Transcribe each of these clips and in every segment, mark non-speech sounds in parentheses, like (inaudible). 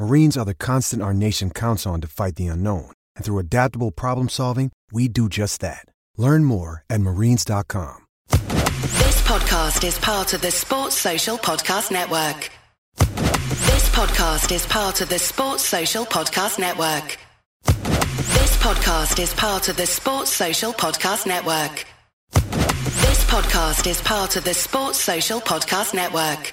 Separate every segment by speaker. Speaker 1: Marines are the constant our nation counts on to fight the unknown. And through adaptable problem solving, we do just that. Learn more at marines.com.
Speaker 2: This podcast is part of the Sports Social Podcast Network. This podcast is part of the Sports Social Podcast Network. This podcast is part of the Sports Social Podcast Network. This podcast is part of the Sports Social Podcast Network.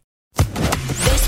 Speaker 2: This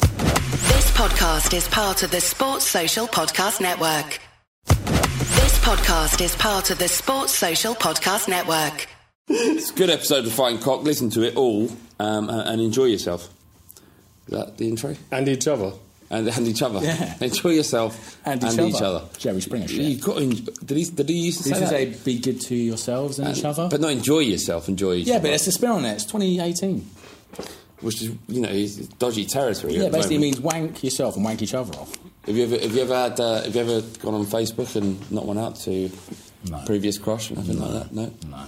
Speaker 2: This podcast is part of the Sports Social Podcast Network. This podcast is part of the Sports Social Podcast Network.
Speaker 3: It's a good episode of Fighting Cock. Listen to it all um, a- and enjoy yourself. Is that the intro?
Speaker 4: And each other.
Speaker 3: And, and each other.
Speaker 5: Yeah.
Speaker 3: Enjoy yourself
Speaker 5: And each other. Jerry Springer shit.
Speaker 3: You've got to en- did, he, did he used to
Speaker 5: Did
Speaker 3: say
Speaker 5: you
Speaker 3: that?
Speaker 5: say be good to yourselves and each
Speaker 3: And-
Speaker 5: other?
Speaker 3: But not enjoy yourself, enjoy each
Speaker 5: yeah,
Speaker 3: other.
Speaker 5: but it's the spin on it. It's 2018.
Speaker 3: Which is, you know, is dodgy territory.
Speaker 5: Yeah,
Speaker 3: at the
Speaker 5: basically it
Speaker 3: moment.
Speaker 5: means wank yourself and wank each other off.
Speaker 3: Have you ever, have you ever had, uh, have you ever gone on Facebook and not one out to
Speaker 5: No.
Speaker 3: previous crush or nothing like that? No.
Speaker 5: No.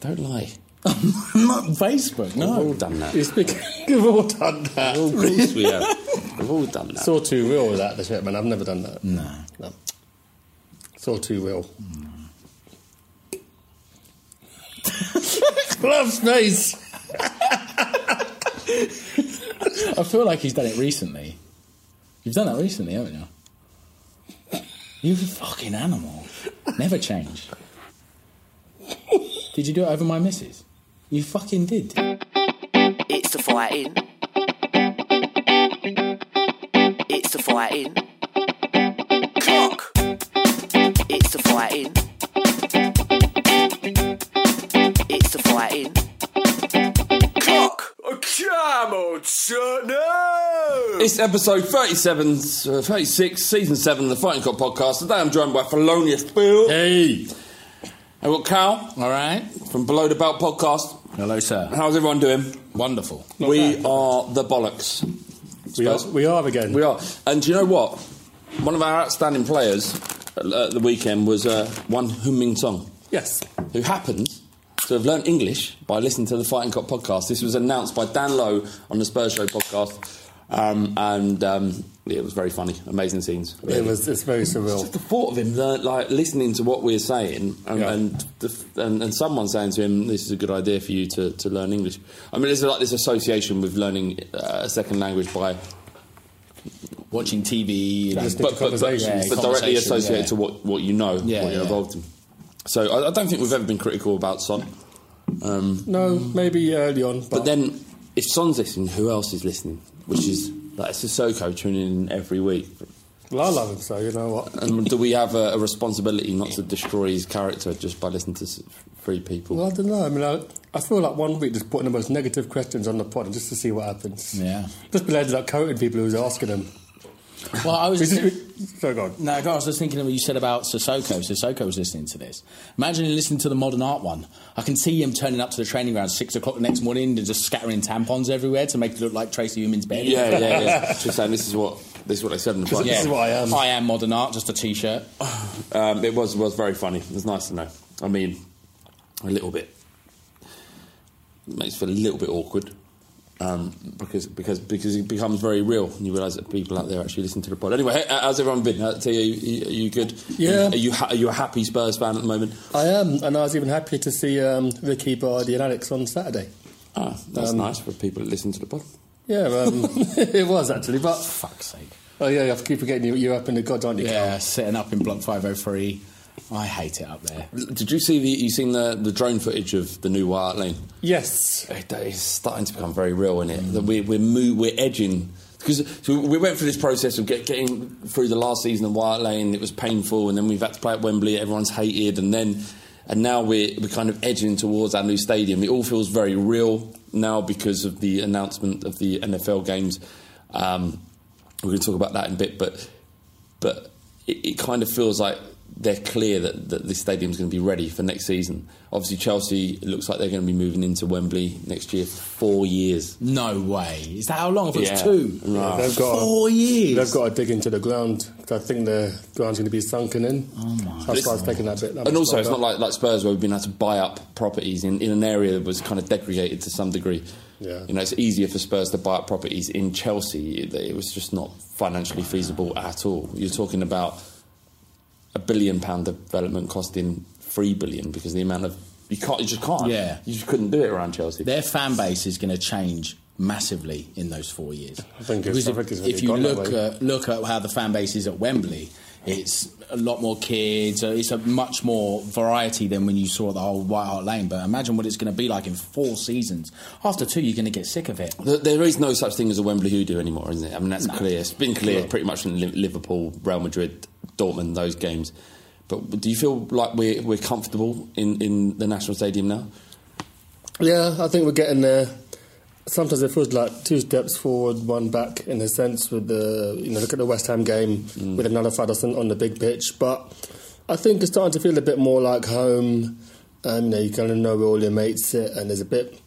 Speaker 3: Don't lie.
Speaker 5: (laughs) Not Facebook, no.
Speaker 3: We've all done that.
Speaker 4: It's
Speaker 5: (laughs)
Speaker 4: because we've all done
Speaker 5: Uh,
Speaker 4: that.
Speaker 3: Of course we have. We've all done that.
Speaker 4: Saw too real with that, this hit, man. I've never done that.
Speaker 5: No.
Speaker 4: No. Saw too real. Glove face.
Speaker 5: I feel like he's done it recently. You've done that recently, haven't you? You fucking animal. Never change. Did you do it over my missus? You fucking did.
Speaker 6: It's the fighting It's the fighting cock. It's the fighting. It's the fighting cock. Come on, Turner.
Speaker 3: It's episode 37, uh, 36, season 7 of the Fighting Cock podcast. Today I'm joined by Felonious Bill.
Speaker 5: Hey.
Speaker 3: I've got Cal
Speaker 5: All right.
Speaker 3: from Below the Belt podcast.
Speaker 5: Hello, sir.
Speaker 3: How's everyone doing?
Speaker 5: Wonderful.
Speaker 3: we are the bollocks.
Speaker 7: We are,
Speaker 3: Spurs.
Speaker 7: we are again.
Speaker 3: We are. And do you know what? One of our outstanding players at at the weekend was uh, one Humming Song,
Speaker 7: yes.
Speaker 3: who happens to have learnt English by listening to the Fighting Cock podcast. This was announced by Dan Lowe on the Spurs Show podcast. Um, and um, yeah, it was very funny. Amazing scenes.
Speaker 7: It was, it's very surreal.
Speaker 3: Just the thought of him, learn, like listening to what we're saying, and
Speaker 7: Yeah.
Speaker 3: and, the, f- and and someone saying to him, "This is a good idea for you to, to learn English." I mean, there's like this association with learning uh, a second language by,
Speaker 5: Watching TV. and-
Speaker 7: Just
Speaker 3: but, but, but,
Speaker 7: conversations.
Speaker 3: but directly
Speaker 5: Conversation,
Speaker 3: associated
Speaker 5: yeah.
Speaker 3: to what, what you know,
Speaker 5: Yeah,
Speaker 3: what you're
Speaker 5: yeah.
Speaker 3: involved in. So I, I don't think we've ever been critical about Son, Um,
Speaker 7: No, maybe early on. But,
Speaker 3: but then if Son's listening, who else is listening? Which is like Sissoko tuning in every week.
Speaker 7: Well, I love him, so you know what?
Speaker 3: And do we have a, a responsibility not to destroy his character just by listening to s- three people?
Speaker 7: Well, I don't know. I mean, I, I feel like one week just putting the most negative questions on the pod just to see what happens.
Speaker 5: Yeah.
Speaker 7: Just been ended up quoting people who was asking them.
Speaker 5: Well,
Speaker 7: (laughs)
Speaker 5: I was.
Speaker 7: We just- we- Sorry, go on.
Speaker 5: No, I was just thinking of what you said about Sissoko. Sissoko was listening to this. Imagine him listening to the modern art one. I can see him turning up to the training ground at six o'clock the next morning and just scattering tampons everywhere to make it look like Tracy Uman's
Speaker 3: (laughs)
Speaker 5: bed.
Speaker 3: Yeah, yeah, yeah. Just saying, this is what this is what they said in the
Speaker 7: (laughs)
Speaker 3: podcast.
Speaker 5: Yeah.
Speaker 7: This is um, what I am.
Speaker 5: I am modern art, just a t-shirt.
Speaker 3: Um, it was was very funny. It was nice to know. I mean, a little bit makes it feel a little bit awkward um, because because because it becomes very real, and you realise that people out there actually listen to the pod. Anyway, h- how's everyone been? Uh, T, are you, are you good?
Speaker 7: Yeah.
Speaker 3: Are you ha- are you a happy Spurs fan at the moment?
Speaker 5: Uh,
Speaker 7: I am, and I was even happier to see um, Ricky Bardi and Alex on Saturday.
Speaker 3: Ah, that's
Speaker 5: um,
Speaker 3: nice for people that listen to the pod.
Speaker 7: Yeah, um,
Speaker 5: (laughs)
Speaker 7: (laughs) it was actually, but
Speaker 5: Fuck's sake.
Speaker 7: oh yeah, I keep forgetting you, you're up in the gods, aren't you?
Speaker 5: Yeah, sitting up in block five oh three. I hate it up there.
Speaker 3: Did you see the you seen the, the drone footage of the new White Lane?
Speaker 7: Yes.
Speaker 3: It- It's starting to become very real, isn't it? That we, we're mo- we're edging because so we went through this process of get, getting through the last season of White Lane. It was painful, and then we've had to play at Wembley. Everyone's hated, and then and now we're we're kind of edging towards our new stadium. It all feels very real now because of the announcement of the NFL games. Um, we're going to talk about that in a bit, but but it, it kind of feels like they're clear that, that this stadium's going to be ready for next season. Obviously, Chelsea it looks like they're going to be moving into Wembley next year for four years.
Speaker 5: No way. Is that how long? If it's
Speaker 3: Yeah.
Speaker 5: two,
Speaker 3: Right.
Speaker 7: They've got-
Speaker 5: four years.
Speaker 7: They've got to dig into the ground 'cause I think the ground's going to be sunken in. Oh
Speaker 5: my
Speaker 7: That's why I was taking that bit. that
Speaker 3: And
Speaker 7: much
Speaker 3: also, it's not
Speaker 7: longer.
Speaker 3: like, like Spurs where we've been able to buy up properties in, in an area that was kind of degraded to some degree.
Speaker 7: Yeah.
Speaker 3: You know, it's easier for Spurs to buy up properties in Chelsea. It, it was just not financially feasible at all. You're talking about a billion pound development costing three billion because the amount of you can't, you just can't.
Speaker 5: Yeah.
Speaker 3: you just couldn't do it around Chelsea.
Speaker 5: their fan base is going to change massively in those four years.
Speaker 7: I think it's-
Speaker 5: Because
Speaker 7: I
Speaker 5: if,
Speaker 7: think it's really
Speaker 5: if you
Speaker 7: gone that
Speaker 5: look
Speaker 7: way.
Speaker 5: at, look at how the fan base is at Wembley, it's a lot more kids. uh, It's a much more variety than when you saw the whole White Hart Lane. But imagine what it's going to be like in four seasons. After two, you're going to get sick of it.
Speaker 3: Th- There is no such thing as a Wembley hoodoo anymore, isn't it? I mean, that's clear. It's been clear pretty much in Li- Liverpool, Real Madrid, Dortmund, those games. But do you feel like we're, we're comfortable in, in the National Stadium now?
Speaker 7: Yeah, I think we're getting there. Sometimes it feels like two steps forward, one back, in a sense. With the you know, look at the West Ham game with another Fadison on the big pitch, but I think it's starting to feel a bit more like home. Um, you know, you kind of know where all your mates sit, and there's a bit.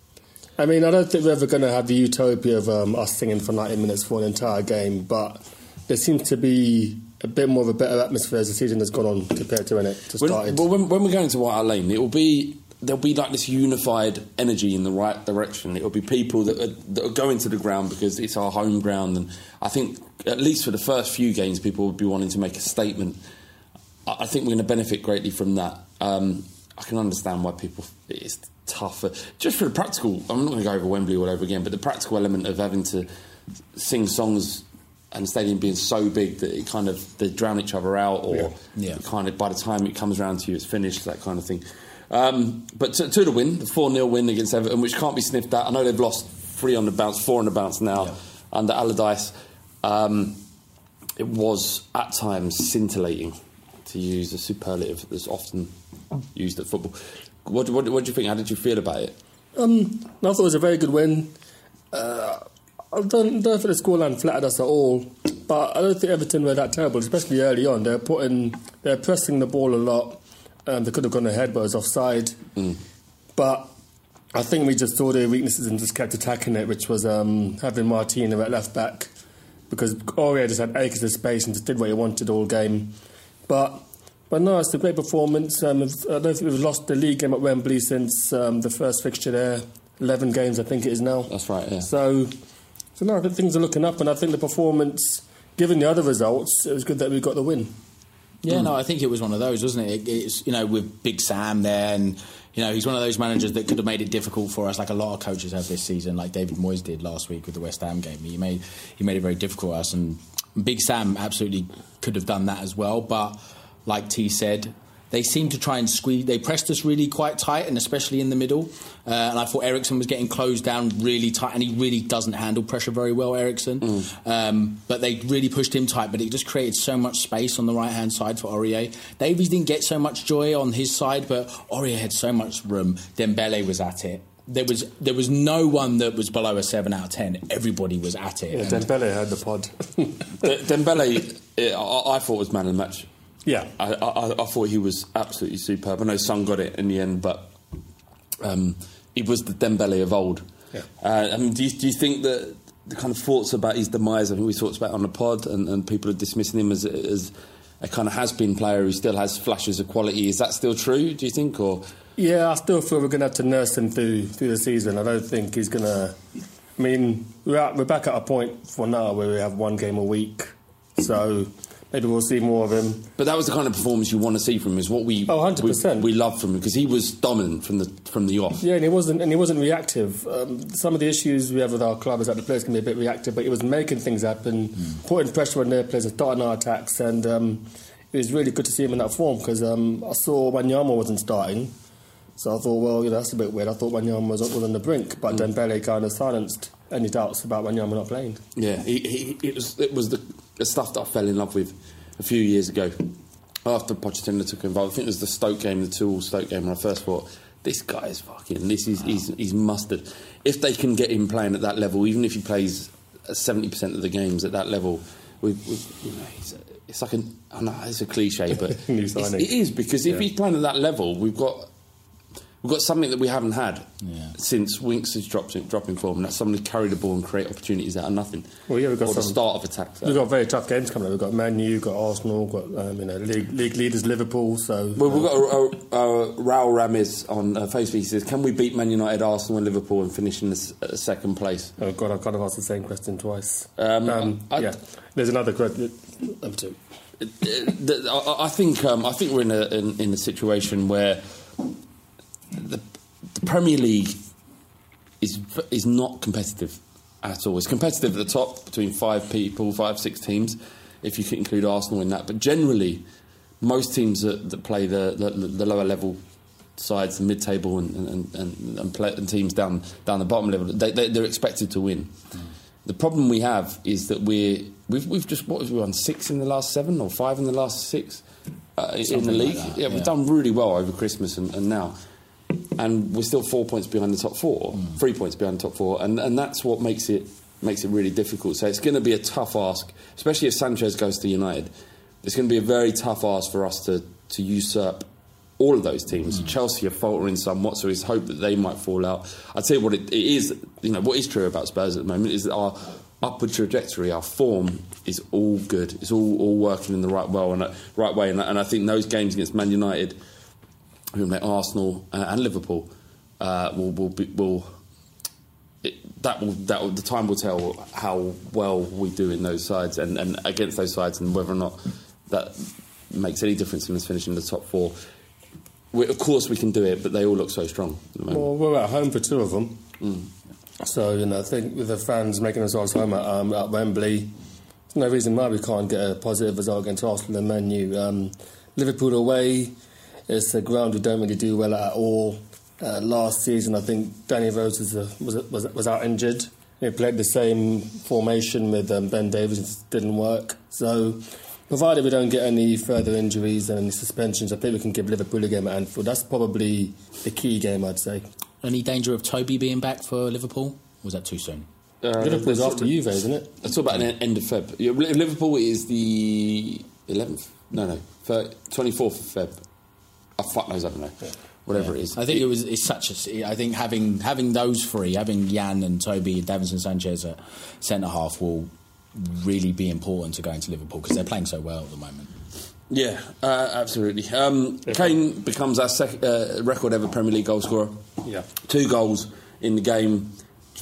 Speaker 7: I mean, I don't think we're ever going to have the utopia of um, us singing for 90 minutes for an entire game, but there seems to be a bit more of a better atmosphere as the season has gone on compared to when it just
Speaker 3: When,
Speaker 7: started.
Speaker 3: well, when, when we're going to White Hart Lane, it will be there'll be like this unified energy in the right direction. It will be people that are, that are going to the ground because it's our home ground, and I think at least for the first few games, people will be wanting to make a statement. I, I think we're going to benefit greatly from that. Um, I can understand why people it's tough just for the practical. I'm not going to go over Wembley all over again, but the practical element of having to sing songs. And the stadium being so big that it kind of they drown each other out, or
Speaker 5: Yeah.
Speaker 3: it kind of by the time it comes round to you, it's finished, that kind of thing. Um, but to, to the win, the 4 0 win against Everton, which can't be sniffed at. I know they've lost three on the bounce, four on the bounce now. under Allardyce, um, it was at times scintillating, to use a superlative that's often used at football. What, what, what do you think? How did you feel about it?
Speaker 7: Um, I thought it was a very good win. Uh, I don't, don't think the scoreline flattered us at all, but I don't think Everton were that terrible, especially early on. They're putting, they're pressing the ball a lot. Um, they could have gone ahead, but it was offside.
Speaker 3: Mm.
Speaker 7: But I think we just saw their weaknesses and just kept attacking it, which was um, having Martino at left back because Aurier just had acres of space and just did what he wanted all game. But but no, it's a great performance. Um, I don't think we've lost the league game at Wembley since um, the first fixture there. Eleven games, I think it is now.
Speaker 3: That's right, yeah.
Speaker 7: So so no, I think things are looking up, and I think the performance, given the other results, it was good that we got the win.
Speaker 5: Yeah, no, I think it was one of those, wasn't it? it it's, you know, with Big Sam there, and you know, he's one of those managers that could have made it difficult for us, like a lot of coaches have this season, like David Moyes did last week with the West Ham game. He made he made it very difficult for us, and Big Sam absolutely could have done that as well. But like T said, they seemed to try and squeeze. They pressed us really quite tight, and especially in the middle. Uh, and I thought Ericsson was getting closed down really tight, and he really doesn't handle pressure very well, Ericsson.
Speaker 7: Mm.
Speaker 5: Um, but they really pushed him tight, but it just created so much space on the right hand side for Aurier. Davies didn't get so much joy on his side, but Aurier had so much room. Dembele was at it. There was there was no one that was below a seven out of ten. Everybody was at it.
Speaker 7: Yeah,
Speaker 5: And-
Speaker 7: Dembele had the pod.
Speaker 3: D- Dembele, eh, I, I thought was man of the match.
Speaker 7: yeah,
Speaker 3: I, I, I thought he was absolutely superb. I know Son got it in the end, but um, he was the Dembele of old.
Speaker 7: Yeah.
Speaker 3: Uh, I mean, do you, do you think that the kind of thoughts about his demise? I think we talked about it on the pod, and, and people are dismissing him as, as a kind of has-been player who still has flashes of quality. Is that still true? Do you think, or
Speaker 7: Yeah, I still feel we're going to have to nurse him through through the season. I don't think he's going to. I mean, we're at, we're back at a point for now where we have one game a week, so maybe we'll see more of him.
Speaker 3: But that was the kind of performance you want to see from him. Is what we
Speaker 7: Oh, 100%.
Speaker 3: we, we love from him because he was dominant from the from the off.
Speaker 7: Yeah, and he wasn't and he wasn't reactive. Um, some of the issues we have with our club is that the players can be a bit reactive, but he was making things happen, putting pressure on their players, and starting our attacks, and um, it was really good to see him in that form because um, I saw Wanyama wasn't starting, so I thought, well, you know, that's a bit weird. I thought Wanyama was, was on the brink, but then Dembele kind of silenced any doubts about Wanyama not playing.
Speaker 3: Yeah, he, he, it was it was the, the stuff that I fell in love with a few years ago after Pochettino took involved. I think it was the Stoke game, the two-all Stoke game, when I first thought this guy is fucking this is he's, he's mustard. If they can get him playing at that level, even if he plays seventy percent of the games at that level, with, with you know, he's, it's like an I know it's a cliche,
Speaker 7: (laughs)
Speaker 3: but
Speaker 7: New
Speaker 3: it's,
Speaker 7: signing.
Speaker 3: it is because if
Speaker 7: Yeah.
Speaker 3: he's playing at that level, we've got We've got something that we haven't had
Speaker 5: Yeah.
Speaker 3: since Winks has dropped dropping form, and that's somebody carry the ball and create opportunities out of nothing.
Speaker 7: Well, yeah, we've got
Speaker 3: or the
Speaker 7: some-
Speaker 3: start of attacks.
Speaker 7: We've got very tough games coming up. We've got Man U, got Arsenal, got um, you know league, league leaders Liverpool. So
Speaker 3: well, we've got a, a, a Raul Ramirez on uh, Facebook. He says, "Can we beat Man United, Arsenal, and Liverpool and finish in the s- uh, second place?"
Speaker 7: Oh God, I've kind of asked the same question twice.
Speaker 3: Um, I-
Speaker 7: yeah, there's another question. Number two.
Speaker 3: Uh, th- I, I think um, I think we're in a in, in a situation where the, the Premier League is v- is not competitive at all. It's competitive at the top between five people, five six teams, if you can include Arsenal in that. But generally, most teams that, that play the, the the lower level sides, the mid table, and and, and, and, play, and teams down down the bottom level, they, they, they're expected to win. The problem we have is that we're we've, we've just what have we won six in the last seven or five in the last six uh, in the
Speaker 5: Something like
Speaker 3: league.
Speaker 5: that,
Speaker 3: yeah, we've
Speaker 5: yeah.
Speaker 3: done really well over Christmas and, and now and we're still four points behind the top four,
Speaker 5: Mm.
Speaker 3: three points behind the top four, and, and that's what makes it makes it really difficult. So it's going to be a tough ask, especially if Sanchez goes to United. It's going to be a very tough ask for us to to usurp all of those teams. Chelsea are faltering somewhat, so it's hope that they might fall out. I tell you what, it, it is you know what is true about Spurs at the moment is that our upward trajectory, our form is all good. It's all, all working in the right well and uh, right way, and, I- and I think those games against Man United who met Arsenal uh, and Liverpool uh, will will be, will it, that will that will, the time will tell how well we do in those sides and, and against those sides and whether or not that makes any difference in us finishing in the top four. We, of course, we can do it, but they all look so strong. At the moment.
Speaker 7: Well, we're at home for two of them. So you know, I think with the fans making themselves home at, um, at Wembley, there's no reason why we can't get a positive result against Arsenal and Man U. Um, Liverpool away, it's a ground we don't really do well at all. Uh, last season, I think Danny Rose was, uh was, was, was out injured, He played the same formation with um, Ben Davies, didn't work. So, provided we don't get any further injuries and any suspensions, I think we can give Liverpool a game at Anfield. That's probably the key game, I'd say.
Speaker 5: Any danger of Toby being back for Liverpool? Was that too soon?
Speaker 7: Liverpool's
Speaker 3: that's-
Speaker 7: Uh, after Juve, isn't it?
Speaker 3: Let's talk about an end of Feb. Yeah, Li- Liverpool is the 11th. No, no. fir- 24th of Feb. Oh, fuck knows, I don't know. Whatever it is.
Speaker 5: I think it was. It's such a. I think having having those three, having Yan and Toby and Davinson Sanchez at centre half, will really be important to going to Liverpool because they're playing so well at the moment.
Speaker 3: Yeah, uh, absolutely. Um, Kane becomes our sec- uh, record ever Premier League goal scorer.
Speaker 7: Yeah.
Speaker 3: Two goals in the game.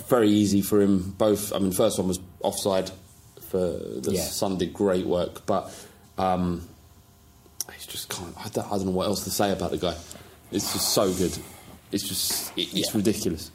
Speaker 3: Very easy for him. Both. I mean, first one was offside. For the
Speaker 5: Yeah.
Speaker 3: Sun did great work, but um, he's just can't. I don't, I don't know what else to say about the guy. It's just so good. It's just it, it's
Speaker 5: Yeah.
Speaker 3: ridiculous.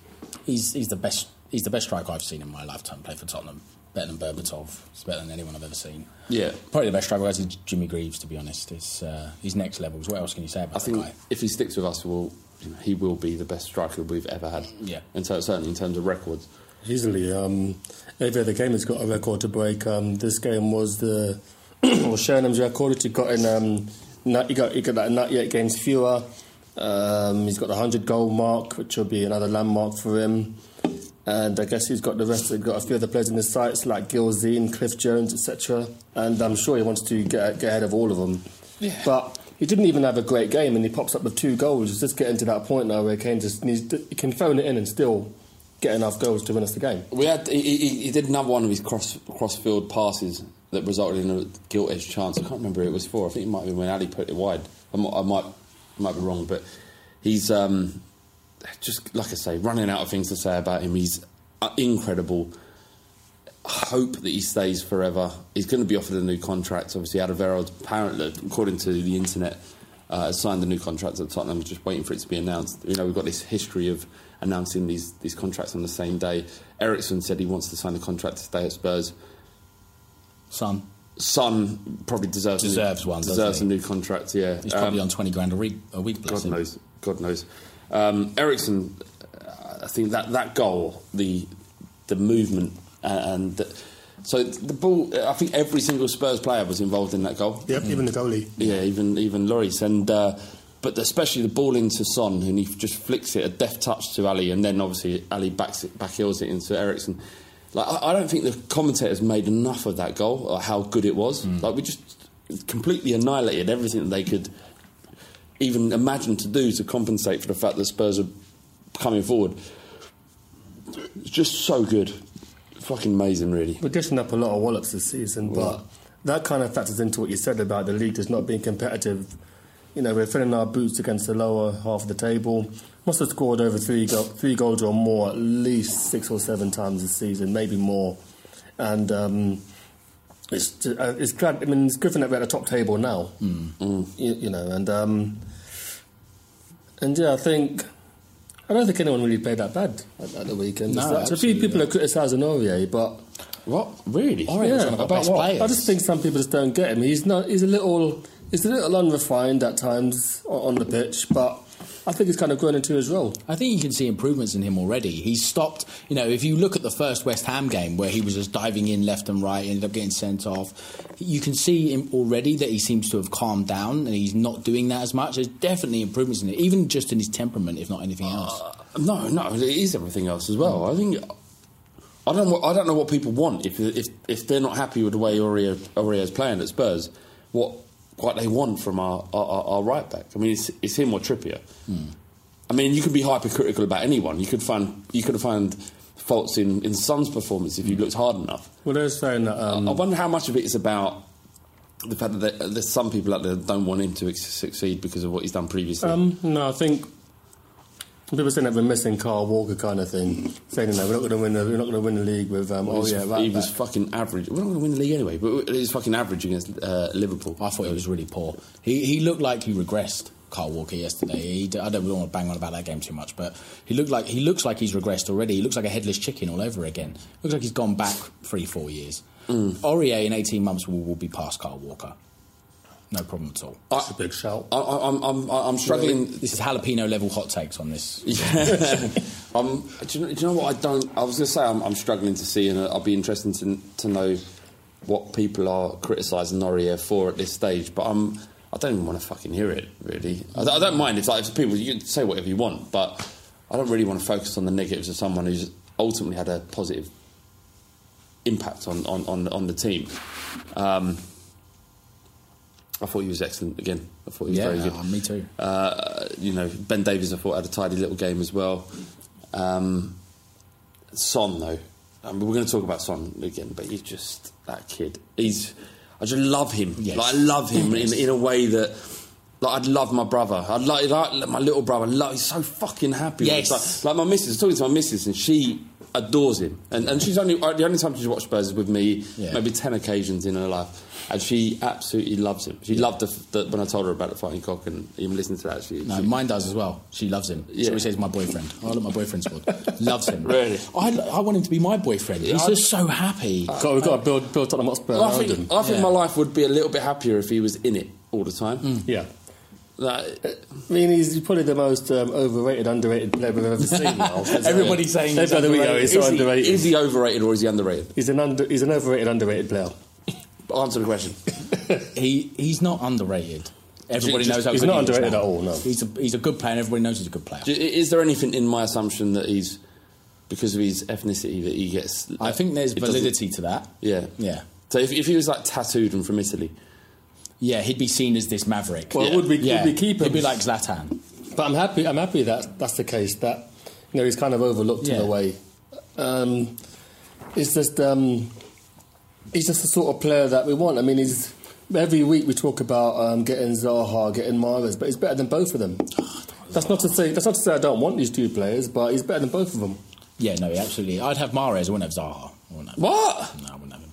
Speaker 5: He's he's the best. He's the best striker I've seen in my lifetime. Play for Tottenham. Better than Berbatov. It's better than anyone I've ever seen.
Speaker 3: Yeah.
Speaker 5: Probably the best striker is Jimmy Greaves. To be honest, it's uh, he's next levels. What else can you say about
Speaker 3: I
Speaker 5: the
Speaker 3: think
Speaker 5: guy?
Speaker 3: if he sticks with us, we'll, you know, he will be the best striker we've ever had.
Speaker 5: Yeah.
Speaker 3: and so, certainly in terms of records.
Speaker 7: Easily. Um, every other game has got a record to break. Um, this game was the or Sherman's record, which he got in. Um, ni- he got he got that 98 games fewer. Um, he's got the 100 goal mark, which will be another landmark for him. And I guess he's got the rest. He's got a few other players in his sights, like Gil Zine, Cliff Jones, etc. And I'm sure he wants to get, get ahead of all of them.
Speaker 3: Yeah.
Speaker 7: But he didn't even have a great game, and he pops up with two goals. It's just getting to that point now where Kane just needs to, he can phone it in and still get enough goals to win us the game.
Speaker 3: We had he, he, he did another one of his cross crossfield passes that resulted in a gilt edge chance. I can't remember who it was for. I think it might have been when Ali put it wide. I might I might, might be wrong, but he's um, just like I say, running out of things to say about him. He's uh, incredible. Hope that he stays forever. He's going to be offered a new contract. Obviously, Alderweireld, apparently, according to the internet, uh, has signed a new contract at Tottenham. Just waiting for it to be announced. You know, we've got this history of announcing these these contracts on the same day. Ericsson said he wants to sign the contract to stay at Spurs.
Speaker 5: Son,
Speaker 3: Son probably deserves a new-
Speaker 5: Deserves one, doesn't
Speaker 3: Deserves
Speaker 5: he?
Speaker 3: a new contract. Yeah,
Speaker 5: he's probably
Speaker 3: Um,
Speaker 5: on twenty grand a week. A week bless
Speaker 3: God
Speaker 5: him.
Speaker 3: knows. God knows. Um, Ericsson, uh, I think that, that goal, the the movement, uh, and, and so the ball. I think every single Spurs player was involved in that goal.
Speaker 7: Yep, even the goalie.
Speaker 3: Yeah, even even Lloris, and uh, but especially the ball into Son, and he just flicks it a deft touch to Ali, and then obviously Ali backs it, back heels it into Ericsson. Like I, I don't think the commentators made enough of that goal or how good it was. Like we just completely annihilated everything they could even imagine to do to compensate for the fact that Spurs are coming forward. It's just so good, fucking amazing, really.
Speaker 7: We're dishing up a lot of wallops this season, but that kind of factors into what you said about the league just not being competitive. You know, we're filling our boots against the lower half of the table. Must have scored over three, go- three goals or more at least six or seven times this season, maybe more. And um, it's, ju- uh, it's glad. I mean, it's good that we're at the top table now. Mm. You, you know, and um, and yeah, I think I don't think anyone really played that bad at, at the weekend.
Speaker 5: No,
Speaker 7: It's like- a few
Speaker 5: absolutely
Speaker 7: people
Speaker 5: not.
Speaker 7: are criticising Aurier, but
Speaker 3: What really?
Speaker 5: All right, it's one of our best players.
Speaker 7: I just think some people just don't get him. He's not. He's a little. He's a little unrefined at times o- on the pitch, but I think he's kind of grown into his role.
Speaker 5: I think you can see improvements in him already. He's stopped, you know, if you look at the first West Ham game where he was just diving in left and right, ended up getting sent off, you can see him already that he seems to have calmed down and he's not doing that as much. There's definitely improvements in it, even just in his temperament, if not anything else.
Speaker 3: No, no, it is everything else as well. I think I don't. know- I don't know what people want if if if they're not happy with the way Aurier Aurier's playing at Spurs. What what they want from our our, our, our right back? I mean, it's, it's him or Trippier.
Speaker 7: Hmm.
Speaker 3: I mean, you could be hypercritical about anyone. You could find you could find faults in in Son's performance if you looked hard enough.
Speaker 7: Hmm. Well, they're saying that. um,
Speaker 3: I wonder how much of it is about. The fact that there- there's some people out there that don't want him to ex- succeed because of what he's done previously.
Speaker 7: Um, no, I think people saying that we're missing Carl Walker kind of thing, saying you know, we're not going to win. The, we're not going to win the league with. Um,
Speaker 3: He
Speaker 7: oh
Speaker 3: was-
Speaker 7: yeah, right
Speaker 3: he was
Speaker 7: back.
Speaker 3: fucking average. We're not going to win the league anyway, but he was fucking average against uh, Liverpool.
Speaker 5: I thought he was really poor. He, he looked like he regressed. Carl Walker yesterday. He, d- I don't want to bang on about that game too much, but he looked like he looks like he's regressed already. He looks like a headless chicken all over again. Looks like he's gone back three, four years. Aurier in eighteen months will, will be past Carl Walker. No problem at all.
Speaker 7: That's a big shout.
Speaker 3: I, I, I'm, I'm, I'm struggling.
Speaker 5: This is jalapeno level hot takes on this.
Speaker 3: Yeah. Um, do, you, do you know what I don't? I was going to say I'm, I'm struggling to see, and uh, I'll be interested to, to know what people are criticising Noria for at this stage. But I'm, I don't even want to fucking hear it. Really, I, don't- I don't mind. It's like if people you can say whatever you want, but I don't really want to focus on the negatives of someone who's ultimately had a positive impact on on on, on the team. Um, I thought he was excellent again. I thought he was
Speaker 5: Yeah,
Speaker 3: very good.
Speaker 5: uh, me too.
Speaker 3: Uh, you know, Ben Davies I thought had a tidy little game as well. Um, Son though, I mean, we're going to talk about Son again, but he's just that kid. He's I just love him.
Speaker 5: Yes.
Speaker 3: Like, I love him in, in a way that. Like I'd love my brother. I'd like, like my little brother. Love, he's so fucking happy. with
Speaker 5: Yes.
Speaker 3: us. Like, like my missus, talking to my missus, and she adores him. And, and she's only the only time she's watched Spurs is with me.
Speaker 5: Yeah.
Speaker 3: Maybe ten occasions in her life, and she absolutely loves him. She loved the, f- the, when I told her about the fighting cock, and even listening to that, she,
Speaker 5: No,
Speaker 3: she-
Speaker 5: mine does as well. She loves him. She
Speaker 3: Yeah.
Speaker 5: always says my boyfriend. Oh, look, my boyfriend's board. loves him.
Speaker 3: Really?
Speaker 5: (laughs) I, I want him to be my boyfriend. He's
Speaker 3: I-
Speaker 5: just so happy.
Speaker 7: God, we've got to build, build Tottenham Hotspur
Speaker 3: I
Speaker 7: around him.
Speaker 3: think, I think
Speaker 5: Yeah.
Speaker 3: my life would be a little bit happier if he was in it all the time.
Speaker 5: Mm.
Speaker 7: Yeah.
Speaker 3: Like,
Speaker 7: I mean, he's probably the most um, overrated, underrated player we've ever seen. now.
Speaker 5: Everybody's saying he's
Speaker 7: Every other week, oh, he's so
Speaker 3: is, he,
Speaker 7: underrated.
Speaker 3: is he overrated or is he underrated?
Speaker 7: He's an under, he's an overrated, underrated player.
Speaker 3: Answer
Speaker 7: (laughs)
Speaker 3: the question.
Speaker 5: He he's not underrated. Everybody
Speaker 3: Just-
Speaker 5: knows how
Speaker 7: he's
Speaker 5: good
Speaker 7: not
Speaker 5: he is
Speaker 7: underrated
Speaker 5: now.
Speaker 7: at all, no.
Speaker 5: he's a, he's a good player. and Everybody knows he's a good player.
Speaker 3: Do- Is there anything in my assumption that he's because of his ethnicity that he gets?
Speaker 5: I think there's
Speaker 3: it doesn't-
Speaker 5: validity to that.
Speaker 3: Yeah,
Speaker 5: Yeah.
Speaker 3: So if, if he was like tattooed and from Italy,
Speaker 5: Yeah, he'd be seen as this maverick.
Speaker 7: Well,
Speaker 5: yeah.
Speaker 7: would we- would
Speaker 5: yeah.
Speaker 7: we keep
Speaker 5: He'd be
Speaker 7: him?
Speaker 5: like Zlatan.
Speaker 7: But I'm happy. I'm happy that that's the case. That you know he's kind of overlooked in
Speaker 5: Yeah.
Speaker 7: a way. Um, it's just um, he's just the sort of player that we want. I mean, he's every week we talk about um, getting Zaha, getting Mahrez, but he's better than both of them. That's not to say that's not to say I don't want these two players, but he's better than both of them.
Speaker 5: Yeah, no, he absolutely. I'd have Mares. I wouldn't have Zaha. I wouldn't have
Speaker 3: What?
Speaker 5: No, I wouldn't have him.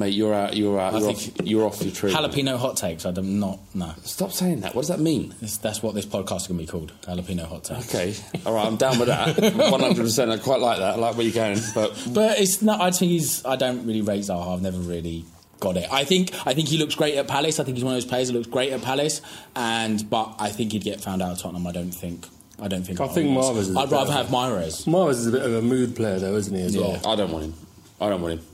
Speaker 3: mate, you're out. You're out.
Speaker 5: I
Speaker 3: You're off,
Speaker 5: think-
Speaker 3: you're off your tree.
Speaker 5: Jalapeno hot takes. I'd have not. No,
Speaker 3: Stop saying that. What does that mean?
Speaker 5: That's- that's what this podcast is going to be called. Jalapeno hot takes.
Speaker 3: Okay, all right, I'm down with that. 100. percent I quite like that. I like where you're going, but
Speaker 5: But it's not. I think he's. I don't really rate Zaha. I've never really got it. I think. I think he looks great at Palace. I think he's one of those players that looks great at Palace. And but I think he'd get found out at Tottenham. I don't think. I don't think.
Speaker 7: I think
Speaker 5: Mahrez
Speaker 7: Mahrez is
Speaker 5: I'd
Speaker 7: a
Speaker 5: rather
Speaker 7: better-
Speaker 5: have Mahrez.
Speaker 7: Mahrez is a bit of a mood player, though, isn't he? As
Speaker 5: Yeah.
Speaker 7: well,
Speaker 3: I don't want him. I don't want him.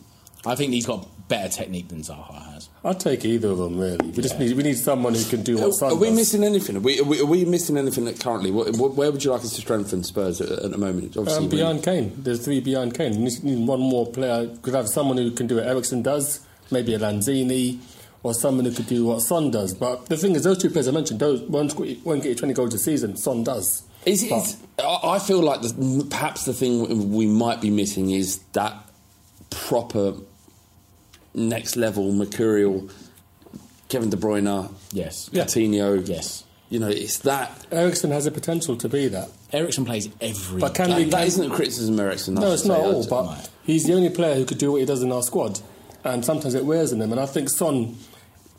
Speaker 5: I think he's got better technique than Zaha has.
Speaker 7: I'd take either of them really. We just need we need someone who can do
Speaker 3: Are,
Speaker 7: what Son
Speaker 3: are we
Speaker 7: does.
Speaker 3: missing anything? Are we, are we, are we missing anything that currently? What, what, where would you like us to strengthen Spurs at, at the moment? It's Obviously,
Speaker 7: Um,
Speaker 3: really-
Speaker 7: beyond Kane, there's three beyond Kane. You just need one more player. Could have someone who can do what Ericsson does, maybe a Lanzini, or someone who could do what Son does. But the thing is, those two players I mentioned, those won't, won't get you 20 goals a season. Son does.
Speaker 3: Is,
Speaker 7: But-
Speaker 3: is, I I feel like the, perhaps the thing we might be missing is that proper next level mercurial Kevin De Bruyne,
Speaker 5: Yes.
Speaker 3: Coutinho.
Speaker 5: Yes.
Speaker 3: You know, it's that.
Speaker 7: Ericsson has the potential to be that.
Speaker 5: Ericsson plays every.
Speaker 7: But can
Speaker 5: game.
Speaker 7: we-
Speaker 3: That, that isn't a criticism, Ericsson. I
Speaker 7: No,
Speaker 3: should
Speaker 7: it's not
Speaker 3: say.
Speaker 7: at
Speaker 3: I-
Speaker 7: all, but
Speaker 5: Right.
Speaker 7: he's the only player who could do what he does in our squad. And sometimes it wears on him. And I think Son,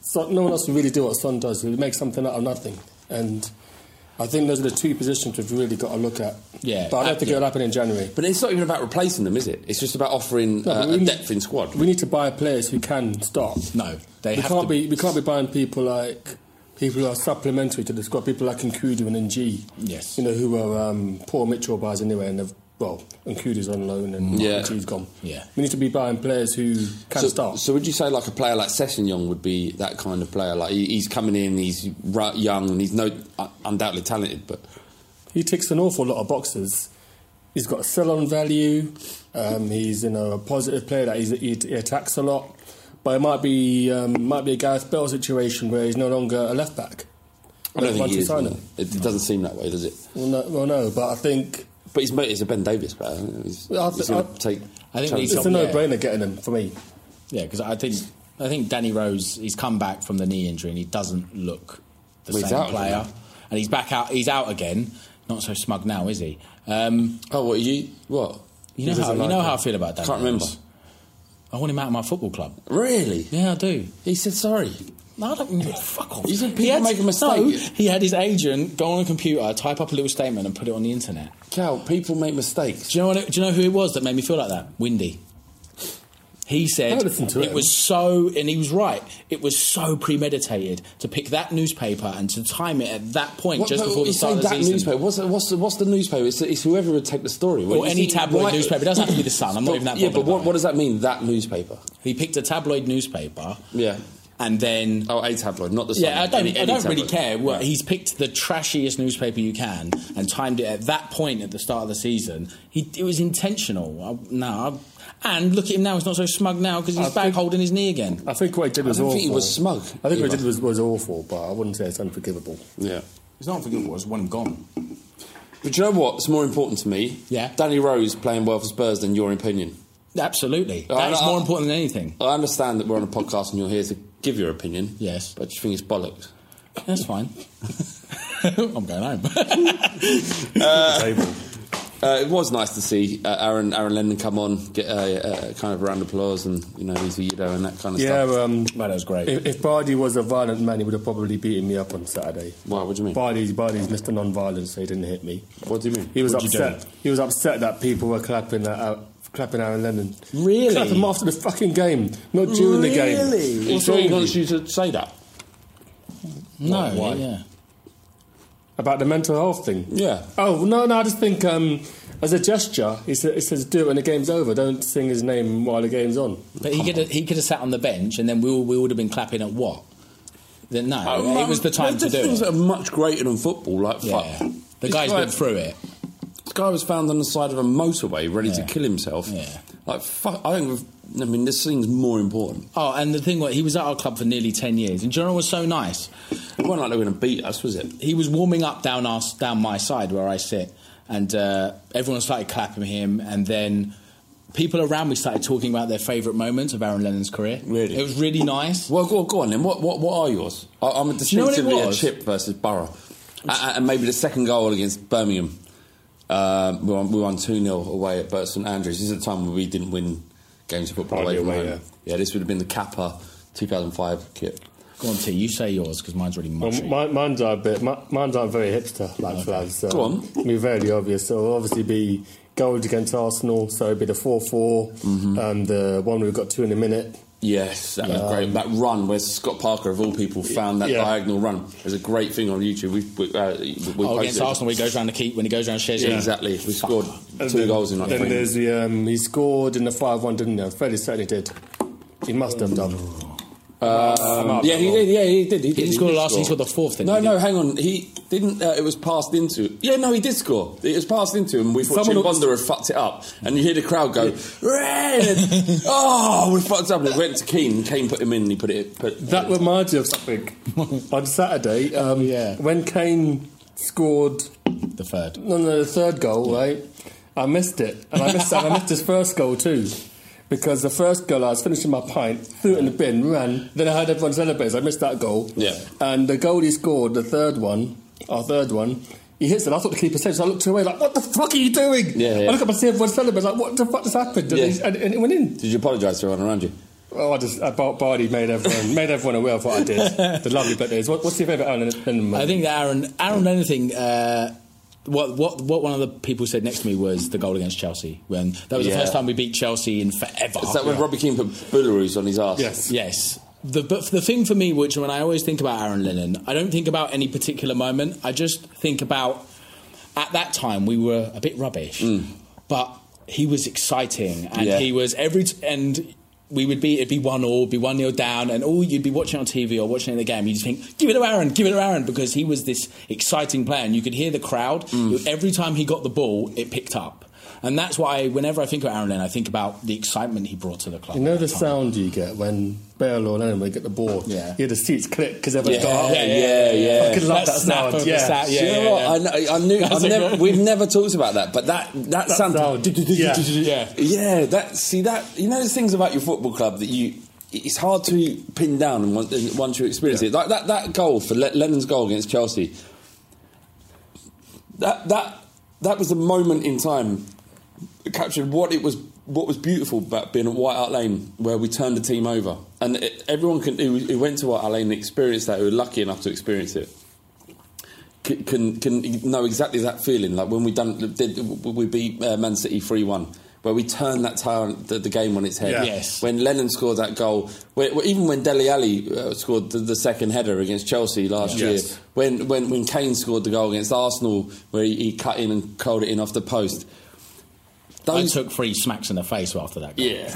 Speaker 7: Son no one else will really do what Son does. He makes something out of nothing. And I think those are the two positions we've really got to look at.
Speaker 5: Yeah,
Speaker 7: But I
Speaker 5: uh,
Speaker 7: don't think
Speaker 5: yeah.
Speaker 7: it'll happen in January.
Speaker 3: But it's not even about replacing them, is it? It's just about offering
Speaker 7: No,
Speaker 3: uh,
Speaker 7: but
Speaker 3: a
Speaker 7: we need-
Speaker 3: depth in squad.
Speaker 7: We need to buy players who can start.
Speaker 5: No, they
Speaker 7: we
Speaker 5: have
Speaker 7: can't
Speaker 5: to-
Speaker 7: be. We can't be buying people like people who are supplementary to the squad. People like Nkudu and Ng.
Speaker 5: Yes.
Speaker 7: you know who are um, poor Mitchell buys anyway, and they've, well, Nkudu's on loan and
Speaker 3: Yeah.
Speaker 7: Ng's gone.
Speaker 5: Mm. Yeah.
Speaker 7: we need to be buying players who can
Speaker 3: So,
Speaker 7: start.
Speaker 3: so would you say like a player like Sessignon would be that kind of player? Like he, he's coming in, he's ru- young, and he's no uh, undoubtedly talented, but
Speaker 7: he ticks an awful lot of boxes. He's got sell-on value. Um, he's you know a positive player that he's, he, he attacks a lot, but it might be um, might be a Gareth Bell situation where he's no longer a left back.
Speaker 3: I don't think
Speaker 7: Once
Speaker 3: he
Speaker 7: you
Speaker 3: is.
Speaker 7: sign
Speaker 3: no.
Speaker 7: him.
Speaker 3: It, it doesn't seem that way, does it?
Speaker 7: Well, no, well, no, but I think
Speaker 3: But he's, mate, he's a Ben Davis player. isn't he? He's,
Speaker 7: Well, I
Speaker 3: he's
Speaker 7: thi-
Speaker 3: going
Speaker 7: I-
Speaker 3: to take.
Speaker 5: I think
Speaker 3: chances.
Speaker 5: he's
Speaker 7: it's a
Speaker 5: yeah.
Speaker 7: no-brainer getting him for me.
Speaker 5: Yeah, because I think I think Danny Rose he's come back from the knee injury and he doesn't look the
Speaker 3: Well, he's
Speaker 5: same
Speaker 3: out
Speaker 5: player,
Speaker 3: again.
Speaker 5: and he's back out. He's out again. Not so smug now, is he? Um,
Speaker 3: Oh, what are you? What?
Speaker 5: you know
Speaker 3: He
Speaker 5: how
Speaker 3: doesn't
Speaker 5: you
Speaker 3: like
Speaker 5: know
Speaker 3: him.
Speaker 5: how I feel about Danny.
Speaker 3: Can't remember.
Speaker 5: Rose. I want him out of my football club.
Speaker 3: Really?
Speaker 5: Yeah, I do.
Speaker 3: He said sorry.
Speaker 5: No, I don't. Fuck off.
Speaker 3: You think
Speaker 5: He
Speaker 3: people make a mistake?
Speaker 5: No, he had his agent go on a computer, type up a little statement, and put it on the internet.
Speaker 3: Cal, people make mistakes.
Speaker 5: Do you know what? it- Do you know who it was that made me feel like that? Windy. He said
Speaker 7: I listened to
Speaker 5: it
Speaker 7: him.
Speaker 5: was so, and he was right. It was so premeditated to pick that newspaper and to time it at that point, just before the
Speaker 3: you say
Speaker 5: start of the
Speaker 3: that
Speaker 5: season.
Speaker 3: newspaper. What's the, what's the, what's the newspaper? It's, it's whoever would take the story.
Speaker 5: Or any tabloid newspaper. It doesn't have to be The Sun. I'm not even that
Speaker 3: Yeah,
Speaker 5: bothered
Speaker 3: but what,
Speaker 5: about
Speaker 3: what
Speaker 5: it.
Speaker 3: does that mean? That newspaper.
Speaker 5: He picked a tabloid newspaper.
Speaker 3: Yeah.
Speaker 5: And then
Speaker 3: Oh, a tabloid, not the. Sun.
Speaker 5: Yeah, I don't.
Speaker 3: Any-
Speaker 5: I
Speaker 3: any
Speaker 5: don't really
Speaker 3: tabloid.
Speaker 5: care. Well,
Speaker 3: Right.
Speaker 5: he's picked the trashiest newspaper you can and timed it at that point at the start of the season. He, it was intentional. I, no, I, and look at him now. He's not so smug now because he's
Speaker 7: I
Speaker 5: back
Speaker 7: think-
Speaker 5: holding his knee again.
Speaker 7: I think what he did was
Speaker 3: don't
Speaker 7: awful.
Speaker 3: think he was
Speaker 7: I
Speaker 3: smug,
Speaker 7: think what
Speaker 3: either.
Speaker 7: he did was, was awful, but I wouldn't say it's unforgivable.
Speaker 3: Yeah.
Speaker 5: It's not unforgivable. It's one gone.
Speaker 3: But do you know what's more important to me?
Speaker 5: Yeah.
Speaker 3: Danny Rose playing well for Spurs than your opinion.
Speaker 5: Absolutely,
Speaker 3: Oh,
Speaker 5: that is
Speaker 3: no,
Speaker 5: more
Speaker 3: I-
Speaker 5: important than anything.
Speaker 3: I understand that we're on a podcast and you're here to give your opinion.
Speaker 5: Yes.
Speaker 3: But I just think it's bollocks. (laughs)
Speaker 5: That's fine. I'm going home.
Speaker 3: (laughs) Uh, it was nice to see uh, Aaron Aaron Lennon come on, get a, a kind of round of applause, and you know he's a weirdo and that kind of
Speaker 7: Yeah,
Speaker 3: stuff.
Speaker 7: um,
Speaker 5: That was great.
Speaker 7: If, if Bardi was a violent man, he would have probably beaten me up on Saturday.
Speaker 3: Why? What do you mean?
Speaker 7: Bardi's Bardi's Mr. Non-violence, so he didn't hit me.
Speaker 3: What do you mean?
Speaker 7: He was
Speaker 5: What'd you
Speaker 7: upset. He was upset that people were clapping that out. Clapping Aaron Lennon.
Speaker 5: Really?
Speaker 7: Clap him after the fucking game, not during the game.
Speaker 5: Really?
Speaker 3: He
Speaker 7: What's
Speaker 3: sure
Speaker 7: wrong
Speaker 3: he
Speaker 7: with
Speaker 3: wants
Speaker 7: you?
Speaker 3: you to say that.
Speaker 5: no,
Speaker 7: Why?
Speaker 5: yeah.
Speaker 7: About the mental health thing.
Speaker 3: Yeah.
Speaker 7: Oh no, no. I just think um, as a gesture, he says, he says, "Do it when the game's over. Don't sing his name while the game's on."
Speaker 5: But he could have, he could have sat on the bench, and then we all, we would have been clapping at what? Then no, it was Oh, the time to
Speaker 3: There's
Speaker 5: do
Speaker 3: things
Speaker 5: it.
Speaker 3: that are much greater than football. Like
Speaker 5: Yeah.
Speaker 3: fuck,
Speaker 5: The
Speaker 3: This
Speaker 5: guy's
Speaker 3: guy-
Speaker 5: been through it.
Speaker 3: This guy was found on the side of a motorway, ready
Speaker 5: Yeah.
Speaker 3: to kill himself.
Speaker 5: Yeah.
Speaker 3: Like fuck, I don't. I mean, this thing's more important.
Speaker 5: Oh, and the thing was, he was at our club for nearly 10 years, and Jonah was so nice.
Speaker 3: It wasn't like they were going to beat us, was it?
Speaker 5: He was warming up down, our, down my side where I sit, and uh, everyone started clapping him, and then people around me started talking about their favourite moments of Aaron Lennon's career.
Speaker 3: Really?
Speaker 5: It was really nice.
Speaker 3: Well, go, go on then. What, what, what are yours? I, I'm
Speaker 5: you know what it
Speaker 3: distinctively a
Speaker 5: was?
Speaker 3: chip versus Borough. A- a- and maybe the second goal against Birmingham. Um we won- we won 2 0 away at Burton Andrews. This is a time when we didn't win games of football
Speaker 7: Hardly
Speaker 3: away from
Speaker 7: away,
Speaker 3: home. Yeah. this would have been the Kappa 2005 kit.
Speaker 5: Go on, T, you say yours, because mine's really
Speaker 7: Well,
Speaker 5: mushy.
Speaker 7: mi- mine's are a bit. mi- Mine's are very hipster, like flags. So
Speaker 3: Go on.
Speaker 7: I mean, very obvious. So it'll obviously be goals against Arsenal. So it'd be the four and the one we've got two in a minute.
Speaker 3: Yes, that was great. That run where Scott Parker, of all people, found that
Speaker 7: Yeah.
Speaker 3: diagonal run. There's a great thing on YouTube. We, we, uh, we
Speaker 5: oh,
Speaker 3: posted
Speaker 5: against
Speaker 3: it.
Speaker 5: Arsenal, when he goes around the keep, when he goes around Shezzy.
Speaker 3: Yeah, exactly. We scored
Speaker 7: And
Speaker 3: two
Speaker 7: then-
Speaker 3: goals in like
Speaker 7: Then
Speaker 3: three
Speaker 7: there's
Speaker 3: minutes.
Speaker 7: the um, he scored in the five one, didn't he? I'm fairly certain he did. He must have done. Um,
Speaker 3: Yeah, he did. Yeah, he did. He, did.
Speaker 5: didn't score
Speaker 3: did
Speaker 5: last, he scored the fourth, didn't
Speaker 3: no,
Speaker 5: he?
Speaker 3: no, hang on. He didn't. Uh, it was passed into. Yeah, no, he did score. It was passed into him. We thought
Speaker 7: Someone-
Speaker 3: Chimbonda had fucked it up, and you hear the crowd go,
Speaker 5: (laughs)
Speaker 3: "Red!" oh, we fucked up. And it went to Keane. and Keane put him in. and He put it. Put,
Speaker 7: That reminds me of something. On Saturday,
Speaker 3: (laughs)
Speaker 7: um,
Speaker 5: Yeah.
Speaker 7: when Kane scored
Speaker 5: The third.
Speaker 7: No, no, the third goal, right? I missed it, and I missed, and I missed his first goal too, because the first goal I was finishing my pint, threw it in the bin, ran. Then I heard everyone celebrate. So I missed that goal.
Speaker 3: Yeah.
Speaker 7: And the goal he scored, the third one, our third one. He hits it. I thought the keeper said. So I looked away, like, "What the fuck are you doing?"
Speaker 3: Yeah, yeah.
Speaker 7: I look up and see everyone celebrate. Like, what the fuck just happened? And,
Speaker 3: Yeah.
Speaker 7: he- and, and it went in.
Speaker 3: did you apologise to everyone around you?
Speaker 7: Oh, I just I, Bar- Bardi made everyone made everyone aware of what I
Speaker 3: (laughs)
Speaker 7: did. the lovely bit is. What, what's your favourite Alan? Lennon moment?
Speaker 5: I think that Aaron Aaron Lennon thing. Uh, what what what one of the people said next to me was the goal against Chelsea when that was
Speaker 3: Yeah.
Speaker 5: the first time we beat Chelsea in forever.
Speaker 3: Is that when Robbie Keane put Boularoos on his ass?
Speaker 7: Yes.
Speaker 5: Yes. The, but the thing for me, which when I always think about Aaron Lennon, I don't think about any particular moment. I just think about at that time we were a bit rubbish, but he was exciting and
Speaker 3: Mm. Yeah.
Speaker 5: he was every t- and we would be it'd be one all, be one nil down, and all you'd be watching on TV or watching the game, you just think, give it to Aaron, give it to Aaron, because he was this exciting player, and you could hear the crowd.
Speaker 3: Mm.
Speaker 5: You- Every time he got the ball, it picked up. And that's why, whenever I think of Aaron Lennon, I think about the excitement he brought to the club.
Speaker 7: You know
Speaker 5: at
Speaker 7: the
Speaker 5: that time.
Speaker 7: sound you get when Bale or Lennon would get the ball?
Speaker 5: Yeah.
Speaker 7: You hear the seats click because everyone's
Speaker 3: Yeah,
Speaker 7: got up.
Speaker 3: yeah, yeah, yeah.
Speaker 7: Fucking love
Speaker 5: That
Speaker 7: that,
Speaker 5: snap
Speaker 7: sound.
Speaker 5: of the
Speaker 7: yeah.
Speaker 5: sound,
Speaker 3: Do you
Speaker 5: yeah,
Speaker 3: know
Speaker 5: yeah,
Speaker 3: what?
Speaker 5: yeah.
Speaker 3: I kn- I, I knew.
Speaker 5: (laughs) That's
Speaker 3: I've
Speaker 5: a
Speaker 3: never,
Speaker 5: good-
Speaker 3: we've never talked about that, but that that,
Speaker 7: That
Speaker 3: sound.
Speaker 7: sound.
Speaker 3: (laughs) yeah.
Speaker 5: Yeah.
Speaker 3: yeah. That see that you know there's things about your football club that you it's hard to pin down and once, and once you experience it. Like that that goal for Le- Lennon's goal against Chelsea. That that that was a moment in time that captured what it was. What was beautiful about being at White Hart Lane, where we turned the team over, and it, everyone can, who, who went to White Hart Lane and experienced that, who were lucky enough to experience it, can- can can know exactly that feeling. Like when we done did we beat uh, Man City three one. where we turned that tie on, the, the game on its head.
Speaker 8: Yeah.
Speaker 5: Yes.
Speaker 3: When Lennon scored that goal, where, where- even when Deli Ali uh, scored the, the second header against Chelsea last
Speaker 8: Yeah.
Speaker 3: year,
Speaker 8: Yes.
Speaker 3: when, when, when Kane scored the goal against Arsenal, where he, he cut in and curled it in off the post.
Speaker 5: I
Speaker 3: Those,
Speaker 5: took three smacks in the face after that.
Speaker 8: (laughs)
Speaker 5: Goal.
Speaker 3: yeah.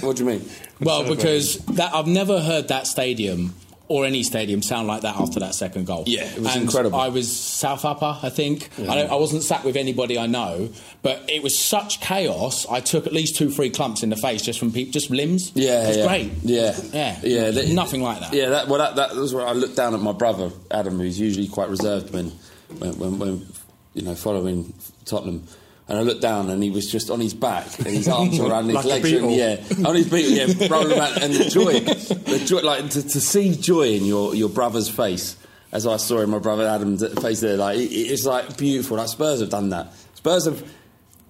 Speaker 3: what do you mean?
Speaker 5: Well, because that I've never heard that stadium or any stadium sound like that after that second goal.
Speaker 3: Yeah, it was
Speaker 5: And
Speaker 3: incredible.
Speaker 5: I was South Upper, I think. I, don't, I wasn't sat with anybody I know, but it was such chaos. I took at least two, three clumps in the face just from people, just limbs.
Speaker 3: Yeah,
Speaker 5: it was
Speaker 3: yeah.
Speaker 5: great.
Speaker 3: Yeah,
Speaker 5: yeah,
Speaker 3: yeah. that-
Speaker 5: nothing like that.
Speaker 3: Yeah, that, well, that, that was where I looked down at my brother Adam, who's usually quite reserved when, when, when, when you know, following Tottenham. And I looked down, and he was just on his back, and his arms were around
Speaker 8: (laughs)
Speaker 3: his
Speaker 8: Like a
Speaker 3: legs, and
Speaker 8: beetle.
Speaker 3: yeah, on his beetle, yeah, rolling around, and the joy, the joy, like to, to see joy in your, your brother's face, as I saw in my brother Adam's face there, like it, it's like beautiful. Like Spurs have done that. Spurs have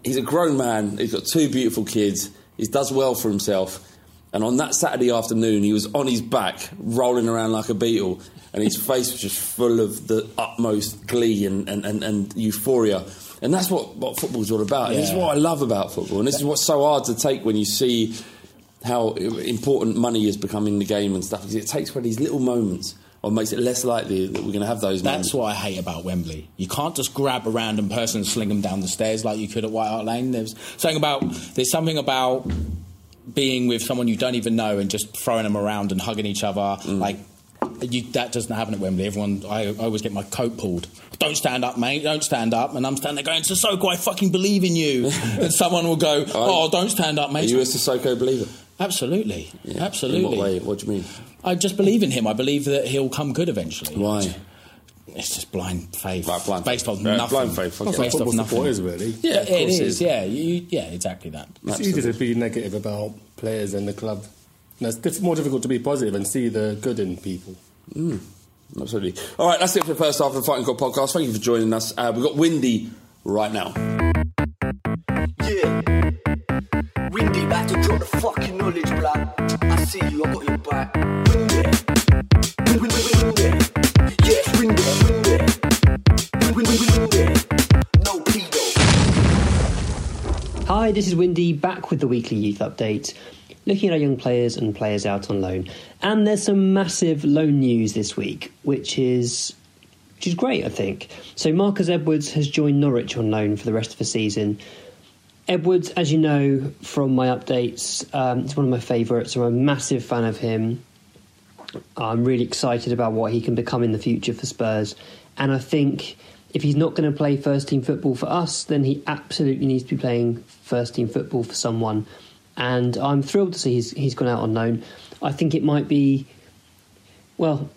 Speaker 3: he's a grown man. He's got two beautiful kids. He does well for himself. And on that Saturday afternoon, he was on his back, rolling around like a beetle, and his face was just full of the utmost glee and, and, and, and euphoria. And that's what, what football's all about. And this is
Speaker 5: Yeah.
Speaker 3: what I love about football. And this is what's so hard to take when you see how important money is becoming the game and stuff. Because it takes one of these little moments, or makes it less likely that we're going to have those moments.
Speaker 5: That's what I hate about Wembley. You can't just grab a random person and sling them down the stairs like you could at White Hart Lane. There's something about there's something about being with someone you don't even know and just throwing them around and hugging each other.
Speaker 3: Mm.
Speaker 5: Like you, that doesn't happen at Wembley. Everyone, I, I always get my coat pulled. Don't stand up, mate. Don't stand up. And I'm standing there going, Sissoko, I fucking believe
Speaker 3: (laughs)
Speaker 5: in you. and someone will go, Oh, don't stand up,
Speaker 3: Are
Speaker 5: mate.
Speaker 3: you a Sissoko believer?
Speaker 5: absolutely,
Speaker 3: Yeah.
Speaker 5: absolutely.
Speaker 3: In what way? What do you mean?
Speaker 5: I just believe in him. I believe that he'll come good eventually.
Speaker 3: Why?
Speaker 5: It's just blind faith.
Speaker 3: Right, blind
Speaker 5: based
Speaker 3: faith.
Speaker 5: off
Speaker 3: Right,
Speaker 5: nothing.
Speaker 3: blind faith, fuck
Speaker 5: Based
Speaker 3: it.
Speaker 5: off
Speaker 7: Football
Speaker 5: nothing.
Speaker 7: support is really.
Speaker 5: Yeah,
Speaker 7: of
Speaker 5: it
Speaker 7: course
Speaker 5: is. Yeah, you, yeah, exactly that.
Speaker 7: It's easier to be negative about players in the club. No, it's diff- more difficult to be positive and see the good in people.
Speaker 3: Absolutely. All right, that's it for the first half of the Fighting Cock podcast. Thank you for joining us. Uh, we've got Windy right now.
Speaker 6: Yeah. Windy, back to drop the fucking knowledge, blood. I see you, I got your back. Windy. Win- win- win- Windy. Yes, windy, windy. Win- win- win- Windy. No pedo.
Speaker 9: Hi, this is Windy back with the weekly youth update, looking at our young players and players out on loan. And there's some massive loan news this week, which is which is great, I think. So Marcus Edwards has joined Norwich on loan for the rest of the season. Edwards, as you know from my updates, um, is one of my favourites. I'm a massive fan of him. I'm really excited about what he can become in the future for Spurs. And I think if he's not going to play first team football for us, then he absolutely needs to be playing first team football for someone. And I'm thrilled to see he's, he's gone out on loan. I think it might be, well,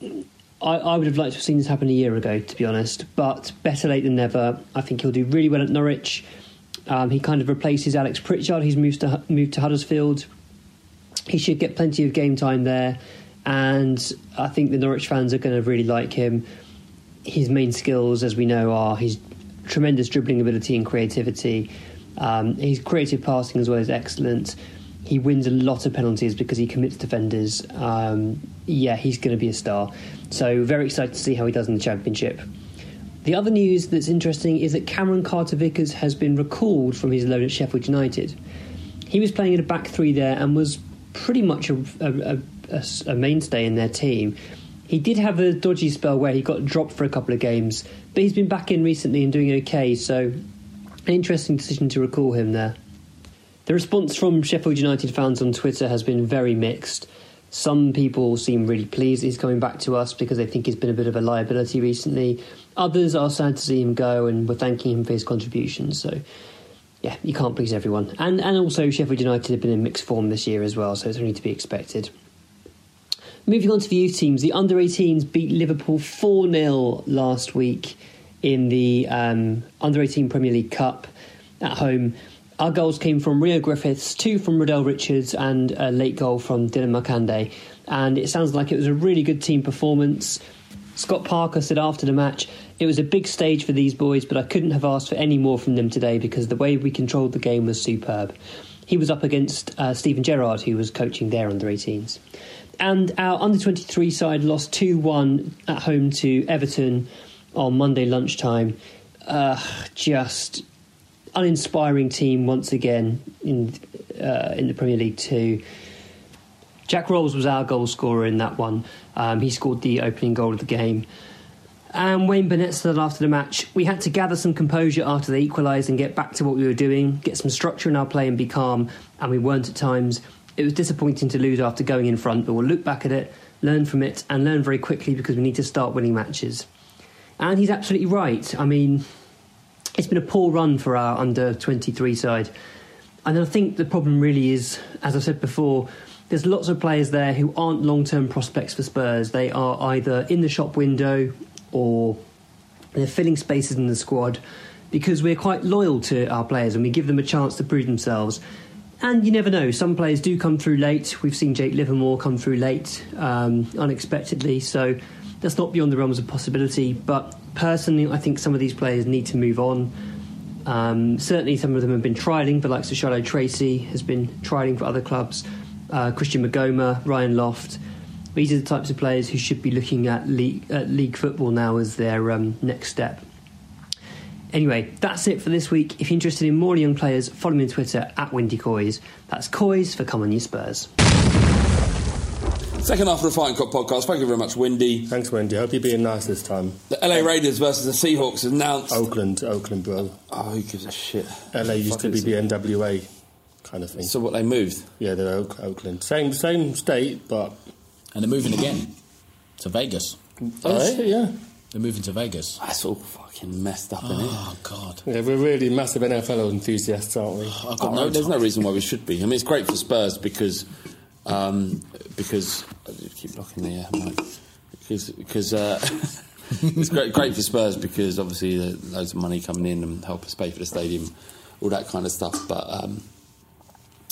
Speaker 9: I, I would have liked to have seen this happen a year ago, to be honest. But better late than never. I think he'll do really well at Norwich. Um, he kind of replaces Alex Pritchard, who's moved to, moved to Huddersfield he should get plenty of game time there, and I think the Norwich fans are going to really like him. His main skills, as we know, are his tremendous dribbling ability and creativity. Um, his creative passing as well is excellent. He wins a lot of penalties because he commits defenders. Um, yeah, he's going to be a star. So very excited to see how he does in the championship. The other news that's interesting is that Cameron Carter Vickers has been recalled from his loan at Sheffield United he was playing in a back three there and was pretty much a, a- a- a s- a mainstay in their team. He did have a dodgy spell where he got dropped for a couple of games, but he's been back in recently and doing okay, so an interesting decision to recall him there. The response from Sheffield United fans on Twitter has been very mixed. Some people seem really pleased that he's coming back to us because they think he's been a bit of a liability recently. Others are sad to see him go and were thanking him for his contribution. So, yeah, you can't please everyone. And and also Sheffield United have been in mixed form this year as well, so it's only to be expected. Moving on to the youth teams, the under 18s beat Liverpool 4 0 last week in the um, under 18 Premier League Cup at home. Our goals came from Rio Griffiths, two from Riddell Richards, and a late goal from Dylan Makande. And it sounds like it was a really good team performance. Scott Parker said after the match, it was a big stage for these boys, but I couldn't have asked for any more from them today because the way we controlled the game was superb. He was up against uh, Stephen Gerrard, who was coaching their under 18s. And our under 23 side lost 2 1 at home to Everton on Monday lunchtime. Uh, just uninspiring team once again in uh, in the Premier League Two. Jack Rolls was our goal scorer in that one. Um, he scored the opening goal of the game. And Wayne Bennett said after the match, we had to gather some composure after they equalised and get back to what we were doing, get some structure in our play and be calm, and we weren't at times. It was disappointing to lose after going in front, but we'll look back at it, learn from it, and learn very quickly because we need to start winning matches. And he's absolutely right. I mean, it's been a poor run for our under 23 side. And I think the problem really is, as I said before, there's lots of players there who aren't long term prospects for Spurs. They are either in the shop window or they're filling spaces in the squad because we're quite loyal to our players and we give them a chance to prove themselves. And you never know, some players do come through late. We've seen Jake Livermore come through late um, unexpectedly, so that's not beyond the realms of possibility. But personally, I think some of these players need to move on. Um, certainly, some of them have been trialing, the likes of Shiloh Tracy has been trialing for other clubs, uh, Christian Magoma, Ryan Loft. These are the types of players who should be looking at league, at league football now as their um, next step. Anyway, that's it for this week. If you're interested in more young players, follow me on Twitter at Windy Coys. That's Coys for Come On You Spurs.
Speaker 3: Second half of the Fighting Cock podcast. Thank you very much, Wendy.
Speaker 7: Thanks, Wendy. Hope you're being nice this time.
Speaker 3: The LA Raiders versus the Seahawks is announced.
Speaker 5: Oh.
Speaker 7: Oakland, Oakland, bro.
Speaker 3: Oh, who gives a shit?
Speaker 7: LA used to
Speaker 3: Fucking
Speaker 7: be
Speaker 3: Seahawks.
Speaker 7: BNWA kind of thing.
Speaker 3: So what? They moved.
Speaker 7: yeah, they're Oak, Oakland. Same same state, but
Speaker 5: And they're moving again to Vegas.
Speaker 7: Oh, shit, yeah.
Speaker 5: They're moving to Vegas.
Speaker 3: That's all fucking messed up, isn't it?
Speaker 5: Oh God!
Speaker 7: Yeah, we're really massive NFL enthusiasts, aren't we?
Speaker 5: I've
Speaker 3: Oh,
Speaker 5: got
Speaker 3: no,
Speaker 5: no.
Speaker 3: there's no reason why we should be. I mean, it's great for Spurs because um, because I just keep blocking the uh, mic. because because uh, (laughs) it's great great for Spurs because obviously there's loads of money coming in and help us pay for the stadium, all that kind of stuff. But um,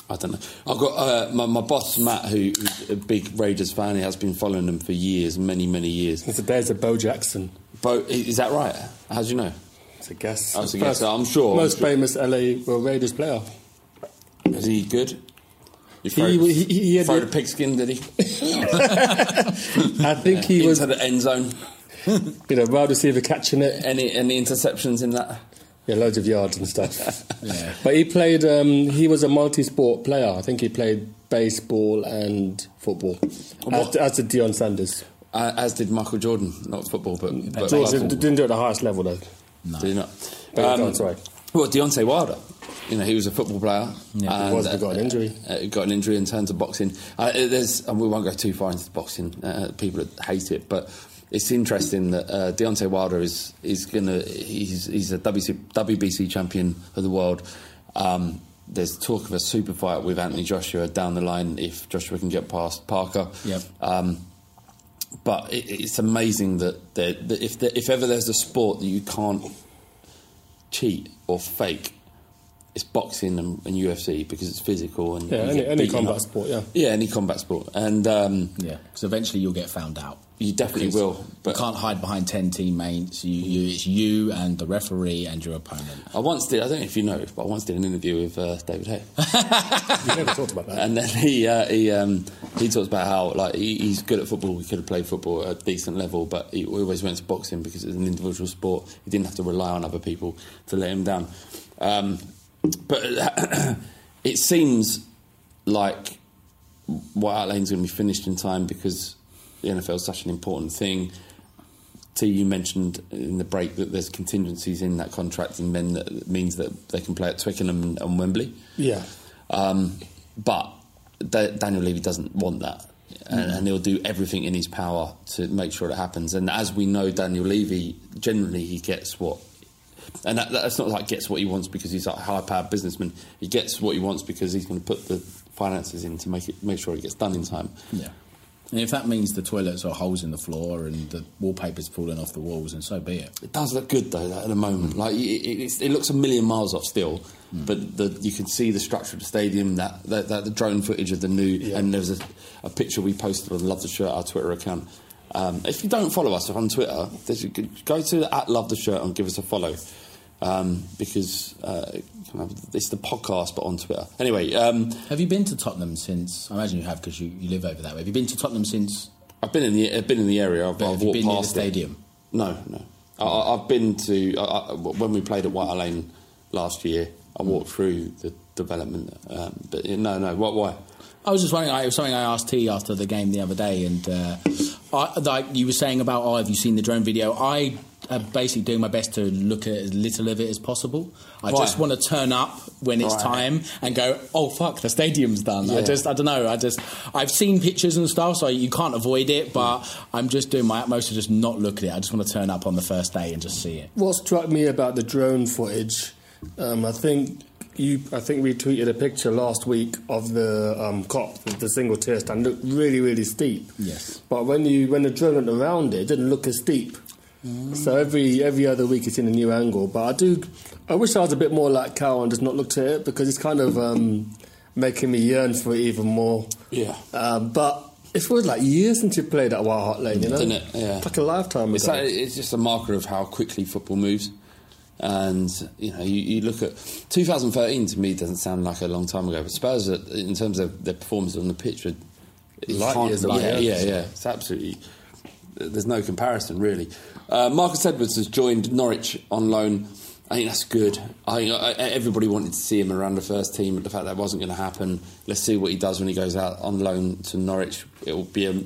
Speaker 3: I don't know. I've got uh, my, my boss Matt, who, who's a big Raiders fan. He has been following them for years, many many years.
Speaker 7: It's a, there's a Bo Jackson.
Speaker 3: Bo, is that right? How do you know?
Speaker 7: It's a guess.
Speaker 3: Oh, it's a
Speaker 7: First-
Speaker 3: guess, I'm sure.
Speaker 7: Most
Speaker 3: I'm sure.
Speaker 7: famous LA well, Raiders player.
Speaker 3: Is he good?
Speaker 7: He-
Speaker 3: You throw-
Speaker 7: he- he had
Speaker 3: throw
Speaker 7: the-
Speaker 3: the pigskin, did he?
Speaker 7: (laughs) I think he
Speaker 3: into
Speaker 7: was,
Speaker 3: the
Speaker 7: (laughs)
Speaker 3: end zone.
Speaker 7: you know, wide receiver catching it.
Speaker 3: Any any interceptions in that?
Speaker 7: Yeah, loads of yards and
Speaker 3: (laughs)
Speaker 7: stuff.
Speaker 5: Yeah.
Speaker 7: But he played. Um, he was a multi-sport player. I think he played baseball and football. As, as did Dion Sanders.
Speaker 3: Uh, as did Michael Jordan, not football, but, but
Speaker 7: Jordan
Speaker 3: football.
Speaker 7: didn't, didn't do it at the highest level though.
Speaker 3: Did he not? Um,
Speaker 7: But he got- sorry.
Speaker 3: Well, Deontay Wilder. You know, he was a football player.
Speaker 5: Yeah.
Speaker 3: and,
Speaker 7: He was, but got an injury.
Speaker 3: Uh, got an injury and turned to boxing. Uh, uh, there's, and we won't go too far into boxing. Uh, people that hate it, but it's interesting that uh, Deontay Wilder is is gonna he's he's a WC, WBC champion of the world. Um, there's talk of a super fight with Anthony Joshua down the line if Joshua can get past Parker.
Speaker 5: Yep.
Speaker 3: Um, but it, it's amazing that, there- that if there, if ever there's a sport that you can't cheat or fake, it's boxing and, and UFC because it's physical and
Speaker 7: Yeah,
Speaker 3: you
Speaker 7: any,
Speaker 3: get
Speaker 7: any
Speaker 3: beaten
Speaker 7: combat
Speaker 3: up.
Speaker 7: sport. Yeah.
Speaker 3: Yeah, any combat sport, and um,
Speaker 5: Yeah, because eventually you'll get found out.
Speaker 3: you definitely
Speaker 5: Because
Speaker 3: will. But
Speaker 5: you can't hide behind ten teammates. You, you, it's you and the referee and your opponent.
Speaker 3: I once did. I don't know if you know, but I once did an interview with uh, David Hay.
Speaker 7: We never talked about that.
Speaker 3: (laughs) and then he uh, he um, he talks about how like he, he's good at football. He could have played football at a decent level, but he always went to boxing because it was an individual sport. He didn't have to rely on other people to let him down. Um, but (clears throat) it seems like White Hart Lane's going to be finished in time because the NFL is such an important thing. T, you mentioned in the break that there's contingencies in that contract, and then that means that they can play at Twickenham and, and Wembley.
Speaker 7: Yeah.
Speaker 3: Um, but Da- Daniel Levy doesn't want that. And, and he'll do everything in his power to make sure it happens. And as we know, Daniel Levy generally he gets what, and that, that's not like gets what he wants because he's like a high-powered businessman. He gets what he wants because he's going to put the finances in to make it make sure it gets done in time.
Speaker 5: Yeah. And if that means the toilets are holes in the floor and the wallpaper's falling off the walls, and so be it.
Speaker 3: It does look good though that at the moment. Like it, it, it's- it looks a million miles off still, but the, you can see the structure of the stadium. That, that, that the drone footage of the new and there's a, a picture we posted on Love the Shirt our Twitter account. Um, if you don't follow us on Twitter, there's a good- go to at Love the Shirt and give us a follow um, because uh, kind of- it's the podcast but on Twitter. Anyway, um,
Speaker 5: Have you been to Tottenham since? I imagine you have because you, you live over that way. Have you been to Tottenham since?
Speaker 3: I've been in the I've been in the area. I've,
Speaker 5: But
Speaker 3: I've
Speaker 5: have you
Speaker 3: walked
Speaker 5: been near the
Speaker 3: past it.
Speaker 5: stadium?
Speaker 3: No, no. I- I, I've been to I, I, when we played at White Lane last year. I
Speaker 5: Hmm.
Speaker 3: walked through the development, um, but yeah, no, no. What? Why?
Speaker 5: I was just wondering. I- It was something I asked T after the game the other day, and uh, I, like you were saying about, oh, have you seen the drone video? I am basically doing my best to look at as little of it as possible. I
Speaker 3: Right.
Speaker 5: just want to turn up when it's
Speaker 3: Right.
Speaker 5: time and go, oh fuck, the stadium's done. I
Speaker 3: Yeah.
Speaker 5: just, I don't know. I just, I've seen pictures and stuff, so you can't avoid it. But
Speaker 3: Hmm.
Speaker 5: I'm just doing my utmost to just not look at it. I just want to turn up on the first day and just see it.
Speaker 7: What struck me about the drone footage, um, I think you, I think we tweeted a picture last week of the um, cop, with the single tier stand, looked really, really steep.
Speaker 5: Yes.
Speaker 7: But when you when the drone went around it, it didn't look as steep.
Speaker 3: Mm.
Speaker 7: So every every other week it's in a new angle. But I do, I wish I was a bit more like Cal and just not looked at it because it's kind of um, making me yearn for it even more.
Speaker 3: Yeah.
Speaker 7: Uh, but it was like years since you played at Wild Hot Lane, you know?
Speaker 3: Mm. Didn't it? Yeah.
Speaker 7: Like a lifetime ago.
Speaker 3: It's, like, it's just a marker of how quickly football moves. And you know, you, you look at 2013 to me doesn't sound like a long time ago, but Spurs, are, in terms of their performance on the pitch, are you
Speaker 7: Light
Speaker 3: can't-
Speaker 7: years away,
Speaker 3: yeah,
Speaker 7: yeah.
Speaker 3: yeah, yeah. It's absolutely. There's no comparison really. Uh, Marcus Edwards has joined Norwich on loan. I think that's good. I, I, everybody wanted to see him around the first team, but the fact that wasn't going to happen. Let's see what he does when he goes out on loan to Norwich. It will be a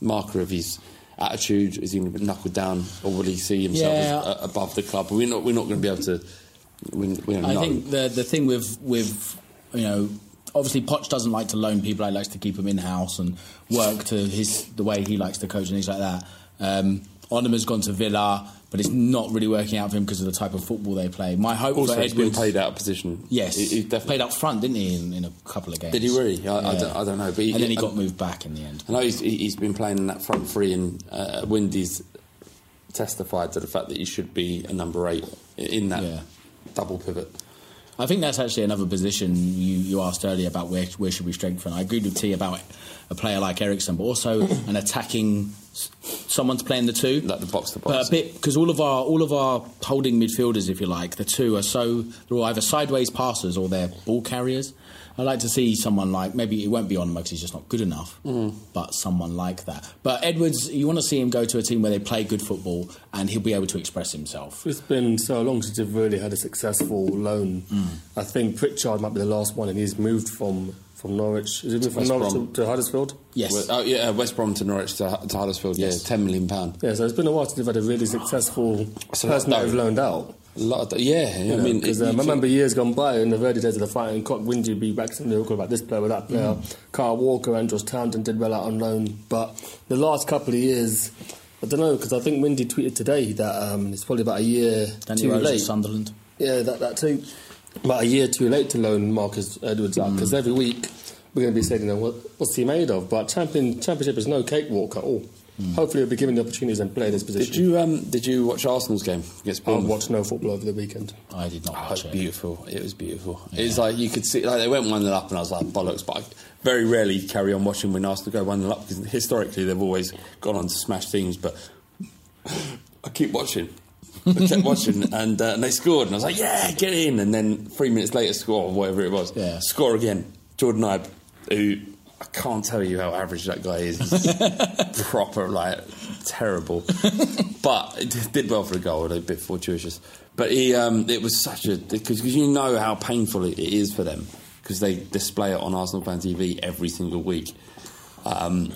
Speaker 3: marker of his attitude. Is he going to be knuckled down, or will he see himself
Speaker 5: Yeah.
Speaker 3: as, uh, above the club? We're not. We're not going to be able to. We, we don't
Speaker 5: I
Speaker 3: know.
Speaker 5: think the the thing with with you know obviously Poch doesn't like to loan people. He likes to keep them in house and work to his the way he likes to coach and things like that. Um, Onum has gone to Villa, but it's not really working out for him because of the type of football they play. My hope
Speaker 3: also
Speaker 5: for
Speaker 3: he's been
Speaker 5: Edwards,
Speaker 3: played out of position.
Speaker 5: yes,
Speaker 3: he,
Speaker 5: he,
Speaker 3: he definitely
Speaker 5: played up front, didn't he, in, in a couple of games?
Speaker 3: Did he really? I- I don't- I don't know, but he- um,
Speaker 5: and then he
Speaker 3: I-
Speaker 5: got moved back in the end.
Speaker 3: I know he's, he- he's been playing in that front three, and uh, Windy's testified to the fact that he should be a number eight in that
Speaker 5: Yeah.
Speaker 3: double pivot.
Speaker 5: I think that's actually another position you, you asked earlier about where where should we strengthen. I agreed with T about a player like Ericsson, but also an attacking s- someone to play in the two,
Speaker 3: Like the box to box.
Speaker 5: But a bit because all of our all of our holding midfielders, if you like, the two are so they're all either sideways passers or they're ball carriers. I'd like to see someone like maybe it won't be on because he's just not good enough, but someone like that. But Edwards, you want to see him go to a team where they play good football and he'll be able to express himself.
Speaker 7: It's been so long since you've really had a successful loan.
Speaker 3: Hmm.
Speaker 7: I think Pritchard might be the last one, and he's moved from, from Norwich. Is he moved from
Speaker 3: West
Speaker 7: Norwich to,
Speaker 3: Brom.
Speaker 7: to Huddersfield?
Speaker 5: Yes.
Speaker 3: Well, oh yeah, uh, West Brom to Norwich to, to Huddersfield.
Speaker 5: Yes.
Speaker 3: Yeah, ten million pound.
Speaker 7: Yeah, so it's been a while since you've had a really successful
Speaker 3: So
Speaker 7: person
Speaker 3: that-
Speaker 7: that you've loaned out.
Speaker 3: A lot of th- yeah.
Speaker 7: You
Speaker 3: I mean,
Speaker 7: because
Speaker 5: uh,
Speaker 3: it-
Speaker 7: um,
Speaker 3: you
Speaker 7: I remember years gone by in the early days of the fighting cock, Windy beat Wrexham, they were talking about this player or that player.
Speaker 3: Hmm.
Speaker 7: Carl Walker, Andros Townsend did well out on loan, but the last couple of years, I don't know, because I think Windy tweeted today that um, it's probably about a year
Speaker 5: Danny
Speaker 7: too
Speaker 5: Rose at
Speaker 7: late.
Speaker 5: Sunderland.
Speaker 7: Yeah, that, that too. About a year too late to loan Marcus Edwards out
Speaker 5: Mm.
Speaker 7: because every week we're going to be saying, you know, what, what's he made of? But champion, Championship is no cakewalk at all.
Speaker 5: Mm.
Speaker 7: Hopefully, he'll be given the opportunities and play this position.
Speaker 3: did you um, did you watch Arsenal's game against
Speaker 7: I'll
Speaker 3: Bournemouth?
Speaker 7: watch no football over the weekend.
Speaker 5: I did not
Speaker 3: Oh, it
Speaker 5: watch
Speaker 3: was
Speaker 5: it.
Speaker 3: beautiful. It was beautiful.
Speaker 5: Yeah.
Speaker 3: It was like you could see, like they went one 0 up, and I was like bollocks. But I very rarely carry on watching when Arsenal go one 0 up because historically they've always gone on to smash teams. But I keep watching. I
Speaker 5: (laughs)
Speaker 3: kept watching, and, uh, and they scored, and I was like, "Yeah, get in!" And then three minutes later, score or whatever it was,
Speaker 5: Yeah.
Speaker 3: score again. Jordan Ibe, who I can't tell you how average that guy is.
Speaker 5: (laughs)
Speaker 3: He's proper, like terrible, but it did well for the goal. A bit fortuitous, but he, um, it was such a because you know how painful it, it is for them because they display it on Arsenal fan TV every single week. Um,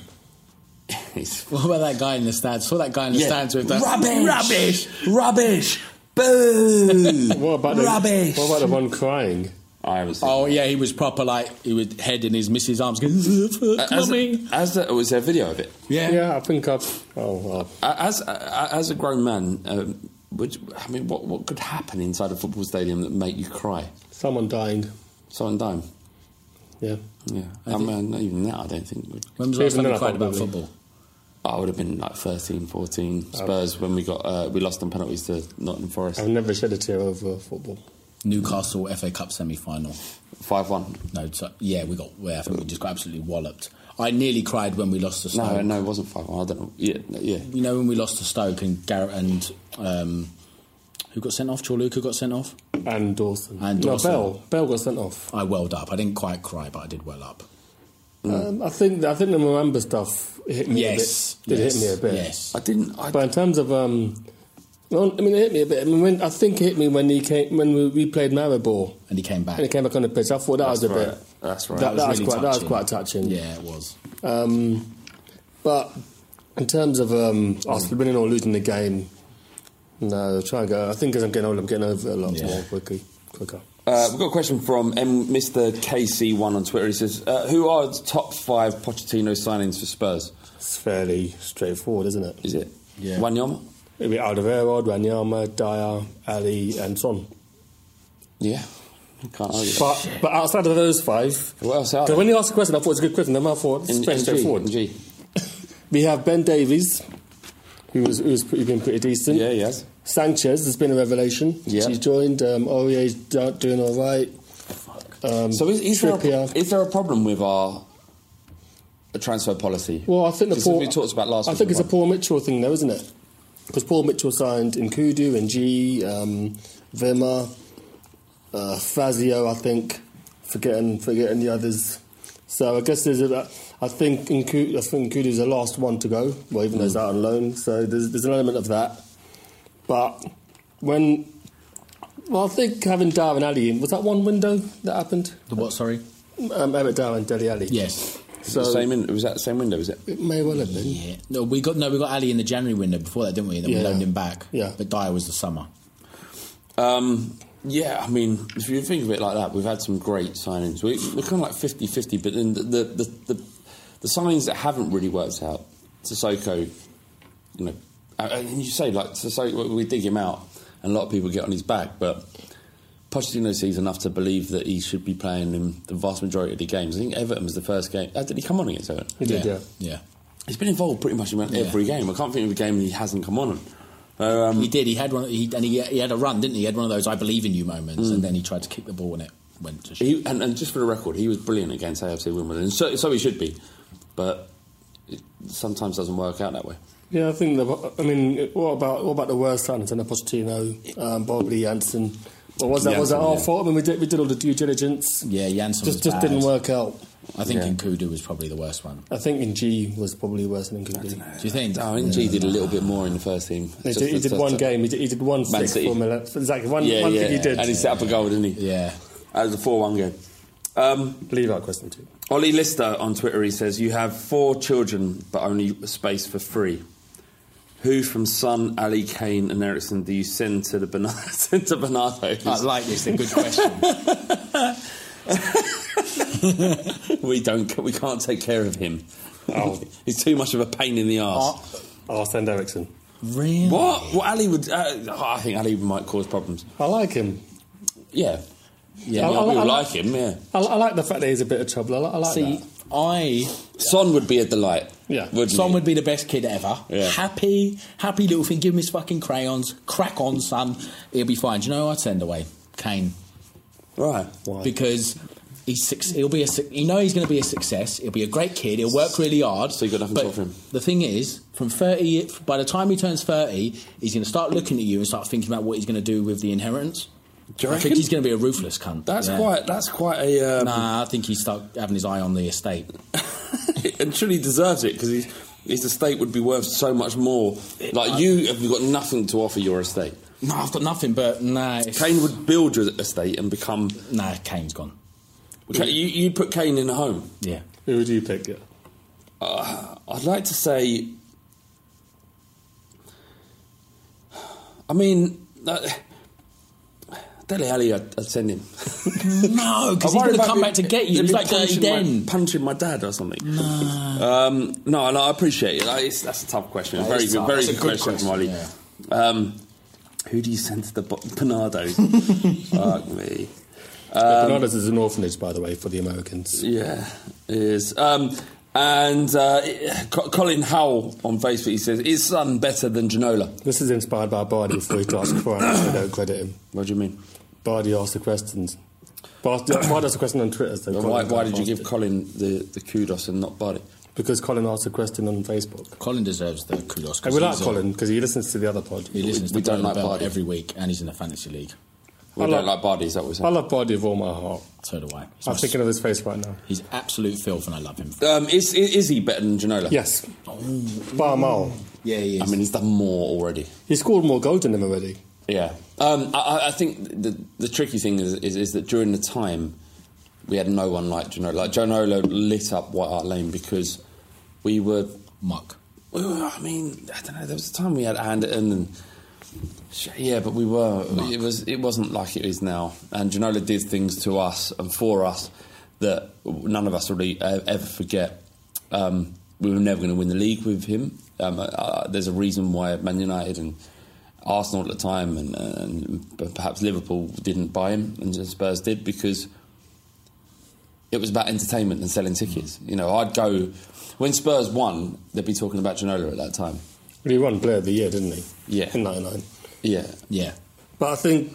Speaker 3: it's
Speaker 5: (laughs) What about that guy in the stands? Saw that guy in the stands with that
Speaker 3: rubbish, rubbish, rubbish, boo,
Speaker 5: Mm.
Speaker 7: What about
Speaker 3: rubbish.
Speaker 7: The, what about the one crying?
Speaker 3: I was.
Speaker 5: Oh yeah, he was proper like he would head in his missus' arms, going, "Fuck,
Speaker 3: as,
Speaker 5: mummy."
Speaker 3: as a, was there a video of it?
Speaker 5: Yeah.
Speaker 7: Yeah, I think I've. Oh, well.
Speaker 3: Uh, As as a grown man, um, would you- I mean, what what could happen inside a football stadium that make you cry?
Speaker 7: Someone dying.
Speaker 3: Someone dying.
Speaker 7: Yeah.
Speaker 3: Yeah, I, mean, not even that. I don't think. Would.
Speaker 5: When was the last
Speaker 7: Even then,
Speaker 5: time you
Speaker 7: I
Speaker 5: cried about
Speaker 7: probably-
Speaker 5: football?
Speaker 3: I would have been like 13, 14. Spurs when we got uh, we lost on penalties to Nottingham Forest,
Speaker 7: I've never shed a tear over football.
Speaker 5: Newcastle FA Cup semi-final.
Speaker 3: five one.
Speaker 5: No, so, yeah, we got. Well, I think we just got absolutely walloped. I nearly cried when we lost to Stoke.
Speaker 3: No, no, it wasn't five one. I don't know. Yeah, no, yeah.
Speaker 5: You know when we lost to Stoke and Garrett and um, who got sent off? Chorluka got sent off.
Speaker 7: And Dawson.
Speaker 5: And
Speaker 7: no,
Speaker 5: Dawson.
Speaker 7: Bell. Bell got sent off.
Speaker 5: I welled up. I didn't quite cry, but I did well up. Mm.
Speaker 7: Um, I think I think the Maramba stuff hit me
Speaker 5: yes,
Speaker 7: a bit. Did
Speaker 5: yes,
Speaker 7: hit me a bit.
Speaker 5: Yes.
Speaker 3: I didn't. I,
Speaker 7: But in terms of um, Well, I mean, it hit me a bit. I, mean, when, I think it hit me when he came when we, we played Maribor
Speaker 5: And he came back.
Speaker 7: and he came back on the pitch. I thought that
Speaker 3: That's
Speaker 7: was a
Speaker 3: right.
Speaker 7: bit.
Speaker 3: That's right.
Speaker 7: That,
Speaker 5: That
Speaker 7: that
Speaker 5: was
Speaker 7: was,
Speaker 5: really
Speaker 7: quite, that was
Speaker 5: touching.
Speaker 7: quite touching.
Speaker 5: yeah, it was.
Speaker 7: Um, but in terms of um, us winning or losing the game, no, try and go. I think as I'm getting older, I'm getting over it a lot
Speaker 5: Yeah.
Speaker 7: more quickly, quicker.
Speaker 3: Uh, we've got a question from um, M- Mr. KC1 on Twitter. He says, uh, Who are the top five Pochettino signings for Spurs?
Speaker 7: It's fairly straightforward, isn't it?
Speaker 3: Is it
Speaker 5: Yeah.
Speaker 3: Wanyama?
Speaker 7: It'd be Alderweireld, Wanyama, Dyer, Ali, and Son.
Speaker 3: Yeah. Can't argue. that.
Speaker 7: But, but outside of those five,
Speaker 3: What else are
Speaker 7: 'cause
Speaker 3: there?
Speaker 7: when you asked the question, I thought it was a good question. Then I thought it's
Speaker 3: In-
Speaker 7: very
Speaker 3: in G,
Speaker 7: straightforward.
Speaker 3: in G.
Speaker 7: We have Ben Davies, who was who's pretty, been pretty decent.
Speaker 3: Yeah, he has.
Speaker 7: Sanchez has been a revelation.
Speaker 3: Yeah.
Speaker 7: He's joined. Um, Aurier's do- doing all right. Um,
Speaker 3: So is, is, there a,
Speaker 7: Trippier.
Speaker 3: is there a problem with our transfer policy?
Speaker 7: Well, I think the
Speaker 3: 'Cause
Speaker 7: Paul,
Speaker 3: we talked about last
Speaker 7: I
Speaker 3: week
Speaker 7: think
Speaker 3: as
Speaker 7: it's a
Speaker 3: well.
Speaker 7: Paul Mitchell thing, though, isn't it? Because Paul Mitchell signed Nkudu and G, um, Vima, uh, Fazio, I think, forgetting forgetting the others. So I guess there's a. I think Nkudu, I think Nkudu's the last one to go. Well, even though
Speaker 3: Hmm.
Speaker 7: he's out on loan, so there's there's an element of that. But when, well, I think having Darwin Ali in was that one window that happened.
Speaker 5: The what? Sorry.
Speaker 7: Um, Emmett Darwin, Deli Ali.
Speaker 5: Yes.
Speaker 3: So, the same in, was that the same window, is it?
Speaker 7: It may well have been.
Speaker 5: Yeah. No, we got no, we got Ali in the January window before that, didn't we? Then we
Speaker 7: Yeah.
Speaker 5: loaned him back.
Speaker 7: Yeah.
Speaker 5: But Dyer was the summer.
Speaker 3: Um, yeah, I mean, if you think of it like that, we've had some great signings. We, we're kind of like 50 50, but then the, the, the, the, the signings that haven't really worked out, Sissoko, you know, and- and you say, like, Sissoko, we dig him out, and a lot of people get on his back, but Pochettino sees enough to believe that he should be playing in the vast majority of the games. I think Everton was the first game. uh, Did he come on against Everton?
Speaker 7: He did, yeah.
Speaker 5: Yeah.
Speaker 3: He's been involved pretty much in every game. I can't think of a game he hasn't come on. So, um,
Speaker 5: He did. He had one. He, and he, he had a run, didn't he? He had one of those "I believe in you" moments, and then he tried to kick the ball and it went to shit.
Speaker 3: He, and, and just for the record, he was brilliant against AFC Wimbledon, and so, so he should be, but it sometimes doesn't work out that way.
Speaker 7: Yeah, I think. The, I mean, what about what about the worst signings? And Pochettino, um, Bobby Janssen. Well, was that was that
Speaker 3: Jansen,
Speaker 7: our
Speaker 3: yeah.
Speaker 7: fault? I mean, we did we did all the due diligence.
Speaker 5: Yeah, Jansen
Speaker 7: just
Speaker 5: was
Speaker 7: just
Speaker 5: bad.
Speaker 7: didn't work out.
Speaker 5: I think
Speaker 3: Yeah.
Speaker 5: Nkudu was probably the worst one.
Speaker 7: I think in G was probably worse than in Kudu.
Speaker 5: Do you think?
Speaker 3: Oh, and G did a little bit more in the first team.
Speaker 7: He
Speaker 3: Just-
Speaker 7: did, he
Speaker 3: just-
Speaker 7: did one
Speaker 3: just-
Speaker 7: game. He did, he did one
Speaker 3: Man
Speaker 7: six
Speaker 3: City.
Speaker 7: formula. Exactly one,
Speaker 3: Yeah,
Speaker 7: one
Speaker 3: yeah,
Speaker 7: thing he did.
Speaker 3: and he set up a goal, didn't he?
Speaker 5: Yeah.
Speaker 3: That was a four-one game. Um,
Speaker 7: Leave out question two.
Speaker 3: Ollie Lister on Twitter, he says, You have four children, but only space for three. Who from Son, Ali, Kane, and Ericsson do you send to the Bernardo? (laughs) send to Bernardo?
Speaker 5: I like this. A good question.
Speaker 3: we don't. We can't take care of him.
Speaker 5: Oh.
Speaker 3: (laughs) He's too much of a pain in the arse.
Speaker 7: I'll send Ericsson.
Speaker 5: (laughs) really?
Speaker 3: What? Well, Ali would. Uh, I think Ali might cause problems.
Speaker 7: I like him.
Speaker 3: Yeah. Yeah,
Speaker 7: I-
Speaker 3: I mean,
Speaker 7: I-
Speaker 3: people
Speaker 7: I-
Speaker 3: like him, yeah.
Speaker 7: I, I like the fact that he's a bit of trouble. I, li- I like
Speaker 5: See,
Speaker 7: that.
Speaker 5: I
Speaker 3: Son would be a delight.
Speaker 7: Yeah.
Speaker 3: Wouldn't
Speaker 5: Son
Speaker 3: he?
Speaker 5: would be the best kid ever.
Speaker 3: Yeah.
Speaker 5: Happy, happy little thing. Give him his fucking crayons. Crack on, son. He'll be fine. Do you know who I'd send away? Kane.
Speaker 3: Right.
Speaker 5: Because he's six, he'll be a, suc- you know he's going to be a success. He'll be a great kid. He'll work really hard.
Speaker 3: So you've got nothing
Speaker 5: but
Speaker 3: to offer him.
Speaker 5: The thing is, from 30, by the time he turns 30, he's going to start looking at you and start thinking about what he's going to do with the inheritance.
Speaker 3: Do you
Speaker 5: I
Speaker 3: reckon?
Speaker 5: think he's going to be a ruthless cunt.
Speaker 3: That's
Speaker 5: Yeah.
Speaker 3: quite. That's quite a. Um,
Speaker 5: Nah, I think he's start having his eye on the estate.
Speaker 3: (laughs) and truly deserves it because his, his estate would be worth so much more. Like you have got nothing to offer your estate.
Speaker 5: No, I've got nothing, but nah. it's-
Speaker 3: Kane would build your estate and become.
Speaker 5: Nah, Kane's gone.
Speaker 3: Ka- You, you put Kane in a home.
Speaker 5: Yeah.
Speaker 7: Who would you pick? Yeah.
Speaker 3: Uh, I'd like to say. I mean, uh, Dele Alli, I'd, I'd send him. (laughs) I
Speaker 5: No, because
Speaker 3: worry
Speaker 5: he's going to
Speaker 3: about
Speaker 5: come
Speaker 3: me-
Speaker 5: back to get you.
Speaker 3: they'd
Speaker 5: He's
Speaker 3: be
Speaker 5: like Dirty
Speaker 3: punching my-
Speaker 5: Den.
Speaker 3: punching my dad or something. Um, no, no, I appreciate it. Like, it's, that's a tough question.
Speaker 5: That
Speaker 3: very
Speaker 5: is
Speaker 3: good,
Speaker 5: tough.
Speaker 3: very
Speaker 5: That's a
Speaker 3: good,
Speaker 5: good
Speaker 3: question,
Speaker 5: question,
Speaker 3: Molly. Um, who do you send to the bo-
Speaker 5: (laughs)
Speaker 3: Bernardo? Fuck me. Um,
Speaker 7: Bernardo's is an orphanage, by the way, for the Americans.
Speaker 3: Yeah, it is. Um, and uh, Co- Colin Howell on Facebook he says, "Is Son better than Janola?"
Speaker 7: This is inspired by Bardi before he starts crying. so don't credit him.
Speaker 3: What do you mean?
Speaker 7: Bardi asked the questions. Bardi Bardi asked a question on Twitter. So
Speaker 3: why,
Speaker 7: Colin
Speaker 3: why did you
Speaker 7: asked
Speaker 3: give
Speaker 7: it.
Speaker 3: Colin the, the kudos and not Buddy?
Speaker 7: Because Colin asked a question on Facebook.
Speaker 5: Colin deserves the kudos. 'cause
Speaker 7: And we like
Speaker 5: he's a-
Speaker 7: Colin because he listens to the other pod.
Speaker 5: He listens
Speaker 3: We
Speaker 5: to
Speaker 3: don't
Speaker 5: Burn the
Speaker 3: like
Speaker 5: Bell
Speaker 3: Vardy.
Speaker 5: every week, and he's in the fantasy league.
Speaker 3: We
Speaker 7: I
Speaker 3: don't
Speaker 7: like-
Speaker 3: like Buddy, is that what we're
Speaker 7: I
Speaker 3: saying?
Speaker 7: love Bardi with all my heart.
Speaker 5: So do I. He's,
Speaker 7: I'm
Speaker 5: my-
Speaker 7: thinking of his face right now.
Speaker 5: he's absolute filth, and I love him.
Speaker 3: Um, is, is is he better than Janola?
Speaker 7: Yes. Bar Mal.
Speaker 5: Yeah, he is.
Speaker 3: I mean, he's done more already.
Speaker 7: He scored more goals than him already.
Speaker 3: Yeah. Um, I- I, I think the, the tricky thing is, is, is that during the time, we had no one like Janolo. Like, Janolo lit up White Hart Lane because we were.
Speaker 5: Muck.
Speaker 3: We were I mean, I don't know. There was a time we had Anderton and. sh- Yeah, but we were. It, was, it wasn't like it is now. And Janola did things to us and for us that none of us will really uh, ever forget. Um, we were never going to win the league with him. Um, uh, uh, there's a reason why Man United and Arsenal at the time and, and perhaps Liverpool didn't buy him and Spurs did because it was about entertainment and selling tickets. You know, I'd go when Spurs won, they'd be talking about Janola at that time.
Speaker 7: But he won Player of the Year, didn't he?
Speaker 3: Yeah.
Speaker 7: In 99.
Speaker 3: Yeah,
Speaker 5: Yeah.
Speaker 7: But I think,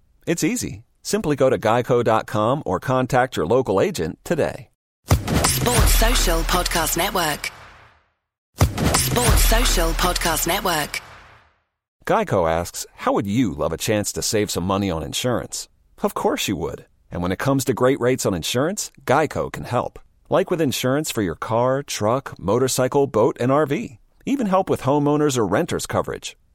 Speaker 1: It's easy. Simply go to geico.com or contact your local agent today.
Speaker 2: Sports Social Podcast Network. Sports Social Podcast Network.
Speaker 1: Geico asks, How would you love a chance to save some money on insurance? Of course you would. And when it comes to great rates on insurance, Geico can help. Like with insurance for your car, truck, motorcycle, boat, and RV. Even help with homeowners or renters coverage.